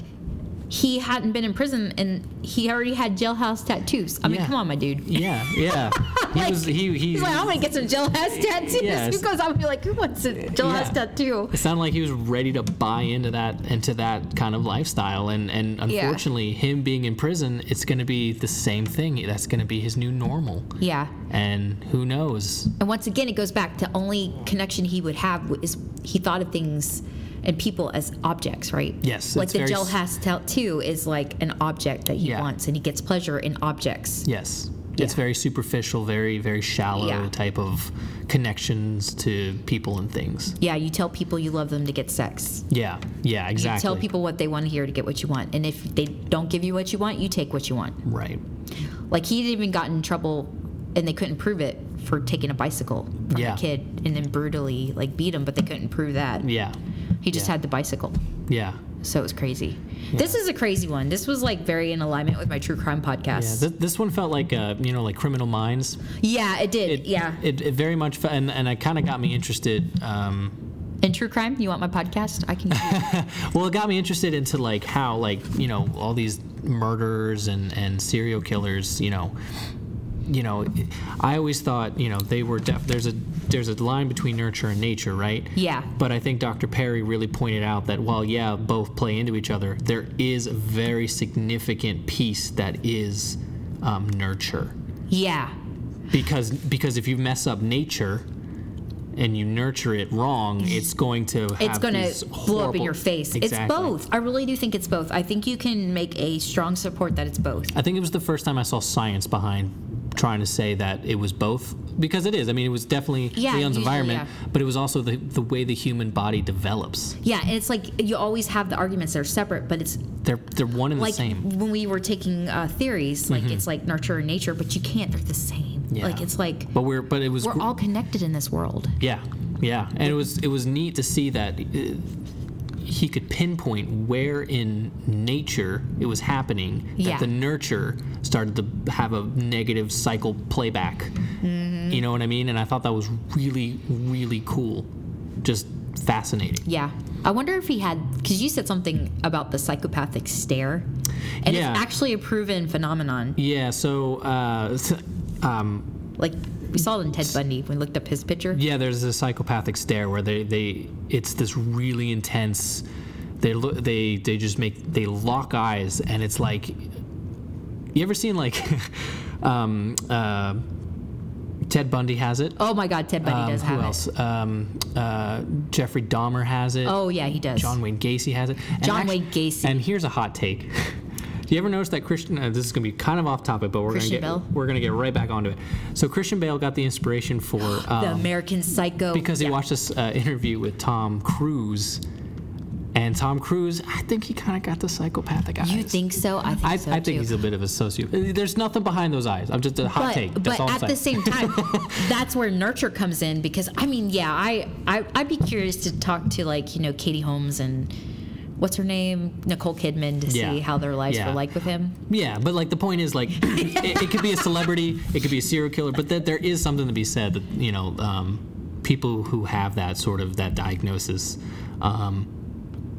he hadn't been in prison and he already had jailhouse tattoos. I mean,
Yeah.
come on, my dude.
Yeah, yeah. He was he he.
He's like, I'm gonna get some jailhouse tattoos.
Yes.
Who goes out and be like, who wants a jailhouse
Yeah.
tattoo?
It sounded like he was ready to buy into that into that kind of lifestyle, and and
Yeah.
unfortunately, him being in prison, it's going to be the same thing. That's going to be his new normal,
Yeah.
and who knows?
And once again, it goes back to only connection he would have w- is he thought of things and people as objects, right?
Yes,
Like
it's
the
very s-
jailhouse tattoo is like an object that he
Yeah.
wants, and he gets pleasure in objects.
Yes. It's
Yeah.
very superficial, very very shallow
Yeah.
type of connections to people and things.
Yeah, you tell people you love them to get sex.
Yeah. Yeah. Exactly.
You tell people what they want to hear to get what you want. And if they don't give you what you want, you take what you want.
Right.
Like he would even got in trouble and they couldn't prove it for taking a bicycle from
Yeah.
a kid and then brutally like beat him, but they couldn't prove that.
Yeah.
He just
yeah.
had the bicycle.
Yeah.
So it was crazy. This is a crazy one. This was like very in alignment with my true crime
Yeah.
podcast.
Th- this one felt like uh, you know like Criminal Minds.
Yeah, it did.
It,
yeah.
It, it very much fe- and and it kind of got me interested. Um,
in true crime, you want my podcast? I can
Well, it got me interested into like how like you know all these murderers and and serial killers, you know, you know, I always thought you know they were def- there's a there's a line between nurture and nature, right?
Yeah.
But I think Dr. Perry really pointed out that while yeah, both play into each other, there is a very significant piece that is um, nurture
Yeah.
because because if you mess up nature. And you nurture it wrong, it's going to. Have
it's going
these
to blow up in
horrible-
your face. It's
Exactly.
both. I really do think it's both. I think you can make a strong support that it's both.
I think it was the first time I saw science behind trying to say that it was both because it is. I mean, it was definitely
Yeah,
Leon's
usually,
environment,
yeah.
but it was also the the way the human body develops.
Yeah, and it's like you always have the arguments that are separate, but it's
They're they're one and
like
the same. Mm-hmm.
when we were taking uh, theories, like it's like nurture and nature, but you can't. They're the same.
Yeah.
Like it's like
But we're but it was
we're all connected in this world.
yeah yeah, and it was it was neat to see that. uh, he could pinpoint where in nature it was happening that
Yeah.
the nurture started to have a negative cycle playback. You know what I mean? And I thought that was really, really cool. Just fascinating.
Yeah. I wonder if he had because you said something about the psychopathic stare, and
Yeah.
it's actually a proven phenomenon.
Yeah. So, uh, s- um,
Like we saw it in Ted Bundy when we looked up his picture.
yeah, there's a psychopathic stare where they, they it's this really intense. They look. They they just make they lock eyes, and it's like. You ever seen like, um, uh, Ted Bundy has it.
Oh my God, Ted Bundy
Um,
does have
who
it.
else? Um, uh, Jeffrey Dahmer has it.
Oh yeah, he does.
John Wayne Gacy has it. And
John
actu-
Wayne Gacy.
And here's a hot take. Do you ever notice that Christian? Uh, this is gonna be kind of off topic, but we're
Christian
gonna get
Bale?
we're gonna get right back onto it. So Christian Bale got the inspiration for um,
the American Psycho.
because he
Yeah.
watched this uh, interview with Tom Cruise, and Tom Cruise, I think he kind of got the psychopathic eyes.
You think so? I think
I,
so
I think
too.
he's a bit of a sociopath. There's nothing behind those eyes. I'm just a hot
but,
take. That's
but
all I'm
at
saying.
the same time that's where nurture comes in because i mean yeah I, I i'd be curious to talk to like you know katie holmes and what's her name nicole kidman to
Yeah.
see how their lives
Yeah.
were like with him
Yeah, but like the point is like it, it could be a celebrity, it could be a serial killer, but that there is something to be said that you know um, people who have that sort of that diagnosis, um,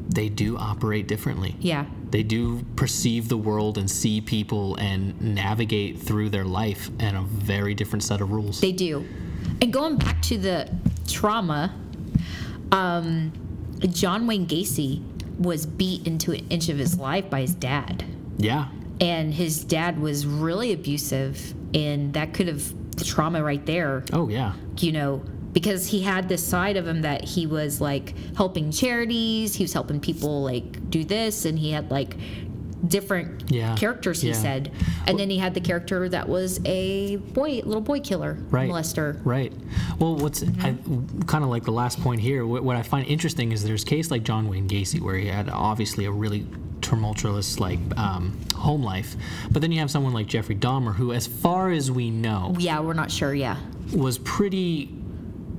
they do operate differently.
yeah
They do perceive the world and see people and navigate through their life in a very different set of rules.
they do and going back to the trauma um john wayne gacy was beat into an inch of his life by his dad
yeah,
and his dad was really abusive and that could have the trauma right there
oh yeah,
you know, because he had this side of him that he was like helping charities, he was helping people like do this, and he had like different
Yeah.
characters he
Yeah.
said and then he had the character that was a boy little boy killer
right.
molester
Right. Well, what's I, kind of like the last point here. What, what I find interesting is there's a case like John Wayne Gacy where he had obviously a really tumultuous like um, home life, but then you have someone like Jeffrey Dahmer who, as far as we know,
yeah we're not sure yeah
was pretty.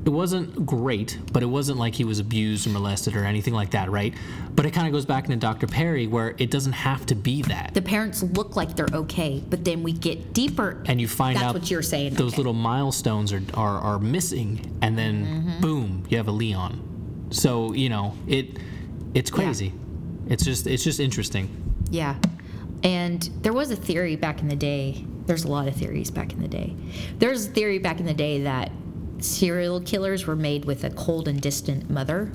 It wasn't great, but it wasn't like he was abused or molested or anything like that, right? But it kind of goes back into Dr. Perry where it doesn't have to be that.
the parents look like they're okay, but then we get deeper.
and you find
That's
out
what you're saying,
those
okay.
little milestones are, are, are missing and then
Mm-hmm.
boom you have a leon so you know it it's crazy it's just it's just interesting
yeah. And there was a theory back in the day. There's a lot of theories back in the day. There's a theory back in the day that serial killers were made with a cold and distant mother.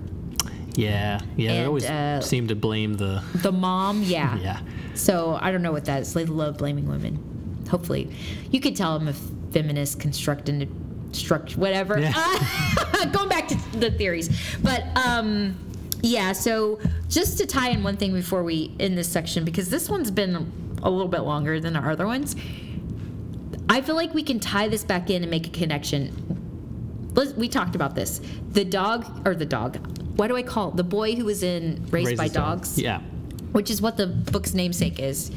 yeah yeah they
And,
always
uh,
seem to blame the
The mom, yeah.
yeah
So I don't know what that is. They love blaming women. Hopefully, you could tell I'm a feminist construct and struct whatever.
Yeah.
Uh, going back to the theories, but um, yeah. So just to tie in one thing before we end this section, because this one's been a little bit longer than our other ones. I feel like we can tie this back in and make a connection. Let's, we talked about this. The dog or the dog. What do I call it? the boy who was in Raised
Raise
by
this dog.
Dogs?
yeah
which is what the book's namesake is.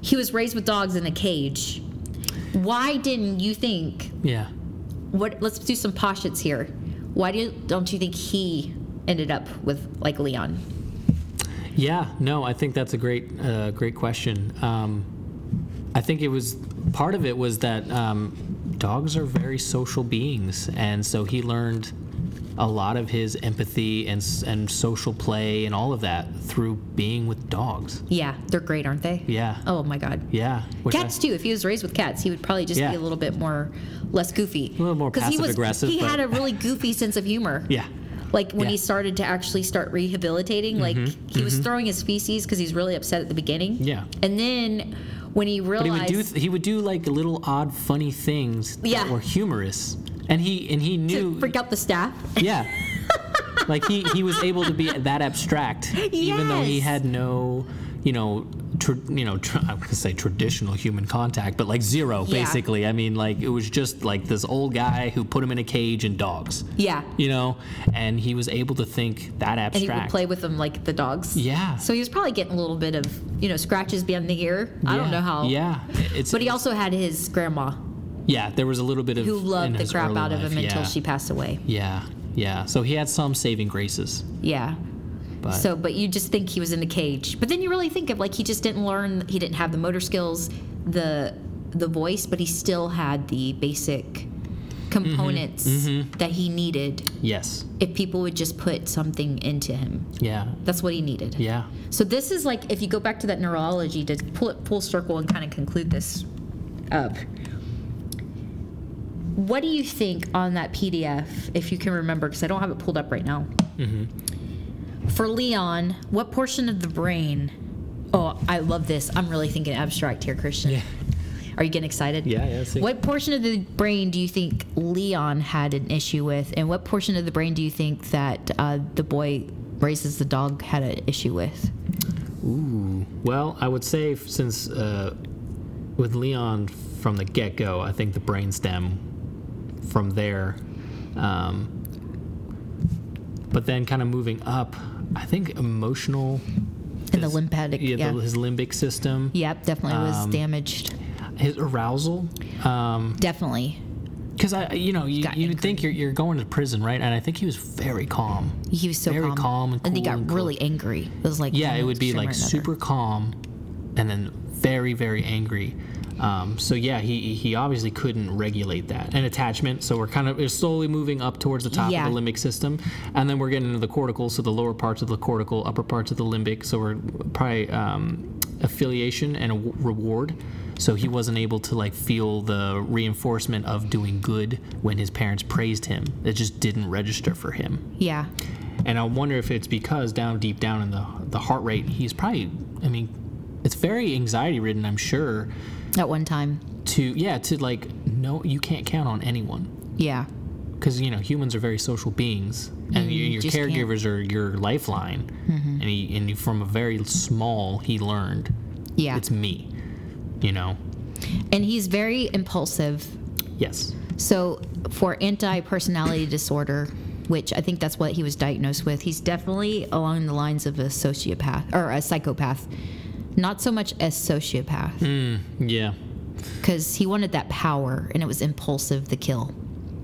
He was raised with dogs in a cage. Why didn't you think?
yeah
What? Let's do some poshets here. Why do you, don't you think he ended up with like Leon?
yeah no i think that's a great uh, great question um, i think it was part of it was that um, dogs are very social beings and so he learned a lot of his empathy and, s- and social play and all of that through being with dogs
Yeah, they're great, aren't they?
Yeah.
Oh my God.
Yeah. which I-
Cats too. If he was raised with cats, he would probably just
Yeah.
be a little bit more less goofy. A
little more
he was
passive-aggressive,
he
but-
had a really goofy sense of humor.
yeah.
like when
Yeah. Mm-hmm.
he started to actually start rehabilitating like he was throwing his feces because he's really upset at the beginning
Yeah.
and then when he
But he
realized
would do th- he would do like little odd funny things
Yeah.
that were humorous. And he and he
to
knew
freak out the staff
Yeah. like he, he was able to be that abstract even though he
Yes.
had no, you know, tr you know, tr- I would say traditional human contact, but like zero
Yeah.
basically. I mean, like it was just like this old guy who put him in a cage and dogs.
yeah
You know, and he was able to think that
and he
abstract.
would play with them like the dogs
Yeah.
so he was probably getting a little bit of you know scratches behind the ear i don't
Yeah.
know how
Yeah, it's
but he also had his grandma
yeah. There was a little bit of
who
in
loved the
his
crap
early
out of
life,
him until
yeah.
she passed away
Yeah, yeah. So he had some saving graces.
yeah
But
so but you just think he was in the cage but then you really think of like he just didn't learn he didn't have the motor skills the the voice but he still had the basic components that he needed
yes,
if people would just put something into him
yeah,
that's what he needed
yeah,
so this is like if you go back to that neurology to pull it full circle and kind of conclude this up. What do you think on that PDF, if you can remember, because I don't have it pulled up right now?
Mm-hmm.
For Leon, what portion of the brain? Oh, I love this. I'm really thinking abstract here, Christian.
Yeah.
Are you getting excited?
Yeah, yeah, I see.
What portion of the brain do you think Leon had an issue with, and what portion of the brain do you think that uh, the boy raises the dog had an issue with?
Ooh. Well, I would say f- since uh, with Leon from the get-go, I think the brainstem from there. Um, but then, kind of moving up, I think emotional.
And the
is-
lymphatic,
yeah,
yeah.
The, his limbic system,
Yep, definitely was
Um,
damaged.
his arousal. Um,
Definitely.
Because I, you know, you,
Got
you would think you're, you're going to prison, right? And I think he was very calm.
He was so
very
calm.
calm and
he
cool
got
and cool.
really angry. It was like
Yeah, it
one
would be
extreme
like
or another.
super calm, and then very very angry. Um, so yeah, he he obviously couldn't regulate that and attachment. So we're kind of we're slowly moving up towards the top
Yeah.
of the limbic system, and then we're getting into the cortical. So the lower parts of the cortical, upper parts of the limbic. So we're probably um, affiliation and a w- reward. So he wasn't able to like feel the reinforcement of doing good when his parents praised him. It just didn't register for him.
Yeah,
And I wonder if it's because down deep down in the the heart rate, he's probably. I mean, it's very anxiety ridden. I'm sure.
at one time.
To yeah, to like no, you can't count on anyone.
Yeah,
because you know humans are very social beings, and you, your
Mm, just can't. Mm-hmm.
caregivers are your lifeline. And he and he, from a very small, he learned
Yeah.
it's me. You know,
and he's very impulsive.
yes,
So for anti-personality disorder, which I think that's what he was diagnosed with, he's definitely along the lines of a sociopath or a psychopath. Not so much a
Hmm.
sociopath
yeah,
because he wanted that power and it was impulsive the kill.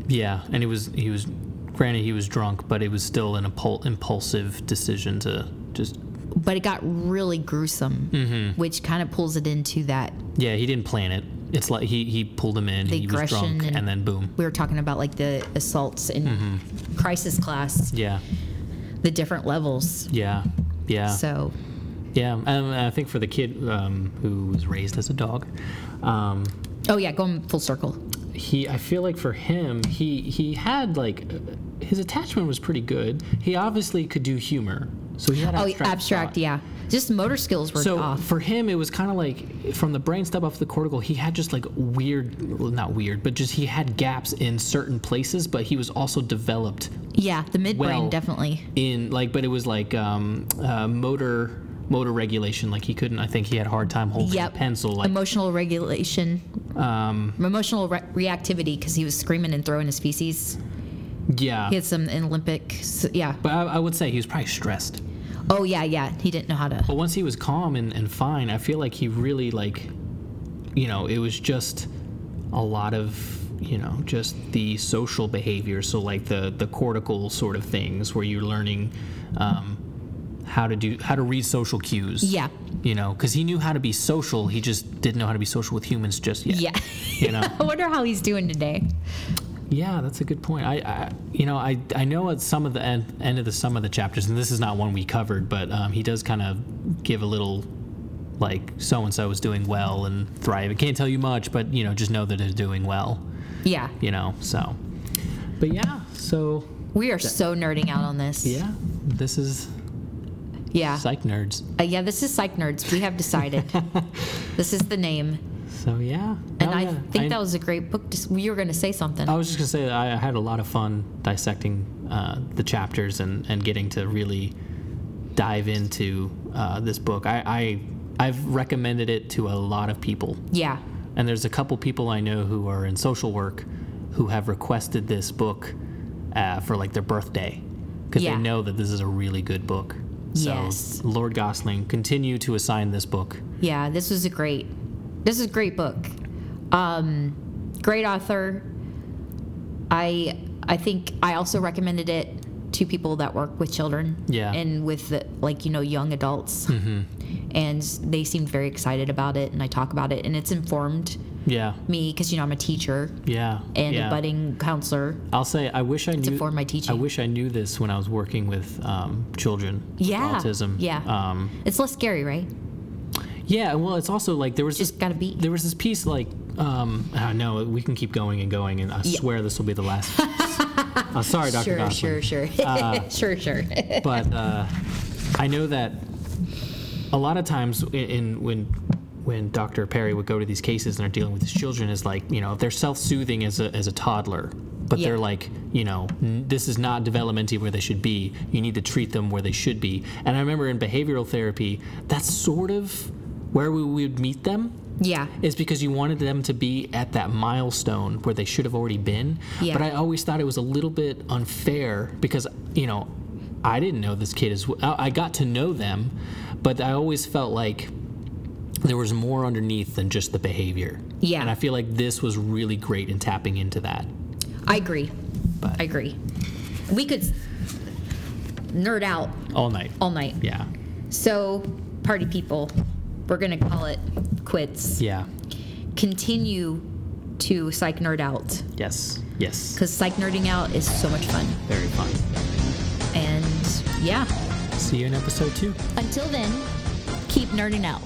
yeah. And he was he was, granted he was drunk, but it was still an impul- impulsive decision to just
But it got really gruesome,
Mm-hmm.
which kind of pulls it into that
yeah. He didn't plan it. It's like he he pulled him in.
The
He was drunk,
aggression and-
and then boom.
we were talking about like the assaults in
Mm-hmm.
crisis class,
Yeah,
the different levels.
yeah, yeah.
So
Yeah, and I think for the kid um, who was raised as a dog, um,
Oh yeah, going full circle.
he I feel like for him he he had like uh, his attachment was pretty good. He obviously could do humor, so he had
Oh,
abstract.
abstract,
thought.
yeah. Just motor skills were
So
off.
for him, it was kind of like from the brain step up to the cortical. He had just like weird, well, not weird, but just he had gaps in certain places. But he was also developed
Yeah, the midbrain
well-
definitely.
in like, but it was like um, uh, motor motor regulation. Like he couldn't. I think he had a hard time holding
Yep.
a pencil. Like
emotional regulation,
um,
emotional re- reactivity, because he was screaming and throwing his feces.
yeah.
He had some in Olympic. So, yeah.
But I, I would say he was probably stressed.
Oh yeah, yeah. He didn't know how to.
But once he was calm and, and fine, I feel like he really like, you know, it was just a lot of you know just the social behavior. So like the the cortical sort of things where you're learning um, how to do how to read social cues.
Yeah.
You know, because he knew how to be social, he just didn't know how to be social with humans just yet.
Yeah.
You know.
I wonder how he's doing today.
Yeah, that's a good point. I, I you know, I, I know at some of the end, end of the some of the chapters, and this is not one we covered, but um, he does kind of give a little, like so and so is doing well and thriving. Can't tell you much, but you know, just know that they're doing well.
Yeah.
You know, so. But yeah, so
We are so nerding out on this.
yeah, this is
Yeah.
psych nerds.
Uh, yeah. This is psych nerds. We have decided. this is the name,
So yeah,
and
No,
I
Oh, yeah, Oh.
think that was a great book. Dis- you were going to say something.
I was just gonna say that I I had a lot of fun dissecting uh, the chapters and, and getting to really dive into uh, this book. I, I I've recommended it to a lot of people,
yeah.
and there's a couple people I know who are in social work who have requested this book uh, for like their birthday because
Yeah.
they know that this is a really good book. So
Yes.
Lord Gosling, continue to assign this book.
Yeah, this was a great, this is a great book. Um, great author. I I think I also recommended it to people that work with children.
Yeah. Mm-hmm.
And with the, like you know young adults, and they seemed very excited about it. And I talk about it, and it's informed
Yeah,
me because you know I'm a teacher
yeah,
and
yeah.
a budding counselor.
I'll say I wish I knew
inform my
I
teaching.
wish I knew this when I was working with um, children
Yeah,
with autism.
yeah.
Um,
It's less scary, right?
yeah. Well, it's also like there was this,
Just gotta be.
there was this piece like um, oh, no, we can keep going and going, and I swear this will be the last. uh, sorry, Dr.
Sure,
Gosling.
sure, sure,
Uh,
sure, sure.
But uh, I know that a lot of times in, in when when Dr. Perry would go to these cases and are dealing with these children is like you know they're self-soothing as a as a toddler. But
Yeah.
they're like, you know, "N- this is not developmentally where they should be. You need to treat them where they should be. And I remember in behavioral therapy, that's sort of where we would meet them
yeah,
is because you wanted them to be at that milestone where they should have already been.
Yeah.
But I always thought it was a little bit unfair because, you know, I didn't know this kid as well. I got to know them, but I always felt like there was more underneath than just the behavior.
Yeah.
And I feel like this was really great in tapping into that.
I agree.
But
I agree. We could nerd out
all night.
all night.
yeah.
So, party people, we're going to call it quits.
Yeah.
Continue to psych nerd out
Yes. Yes.
because psych nerding out is so much fun.
Very fun.
And yeah,
See you in episode two.
until then, keep nerding out.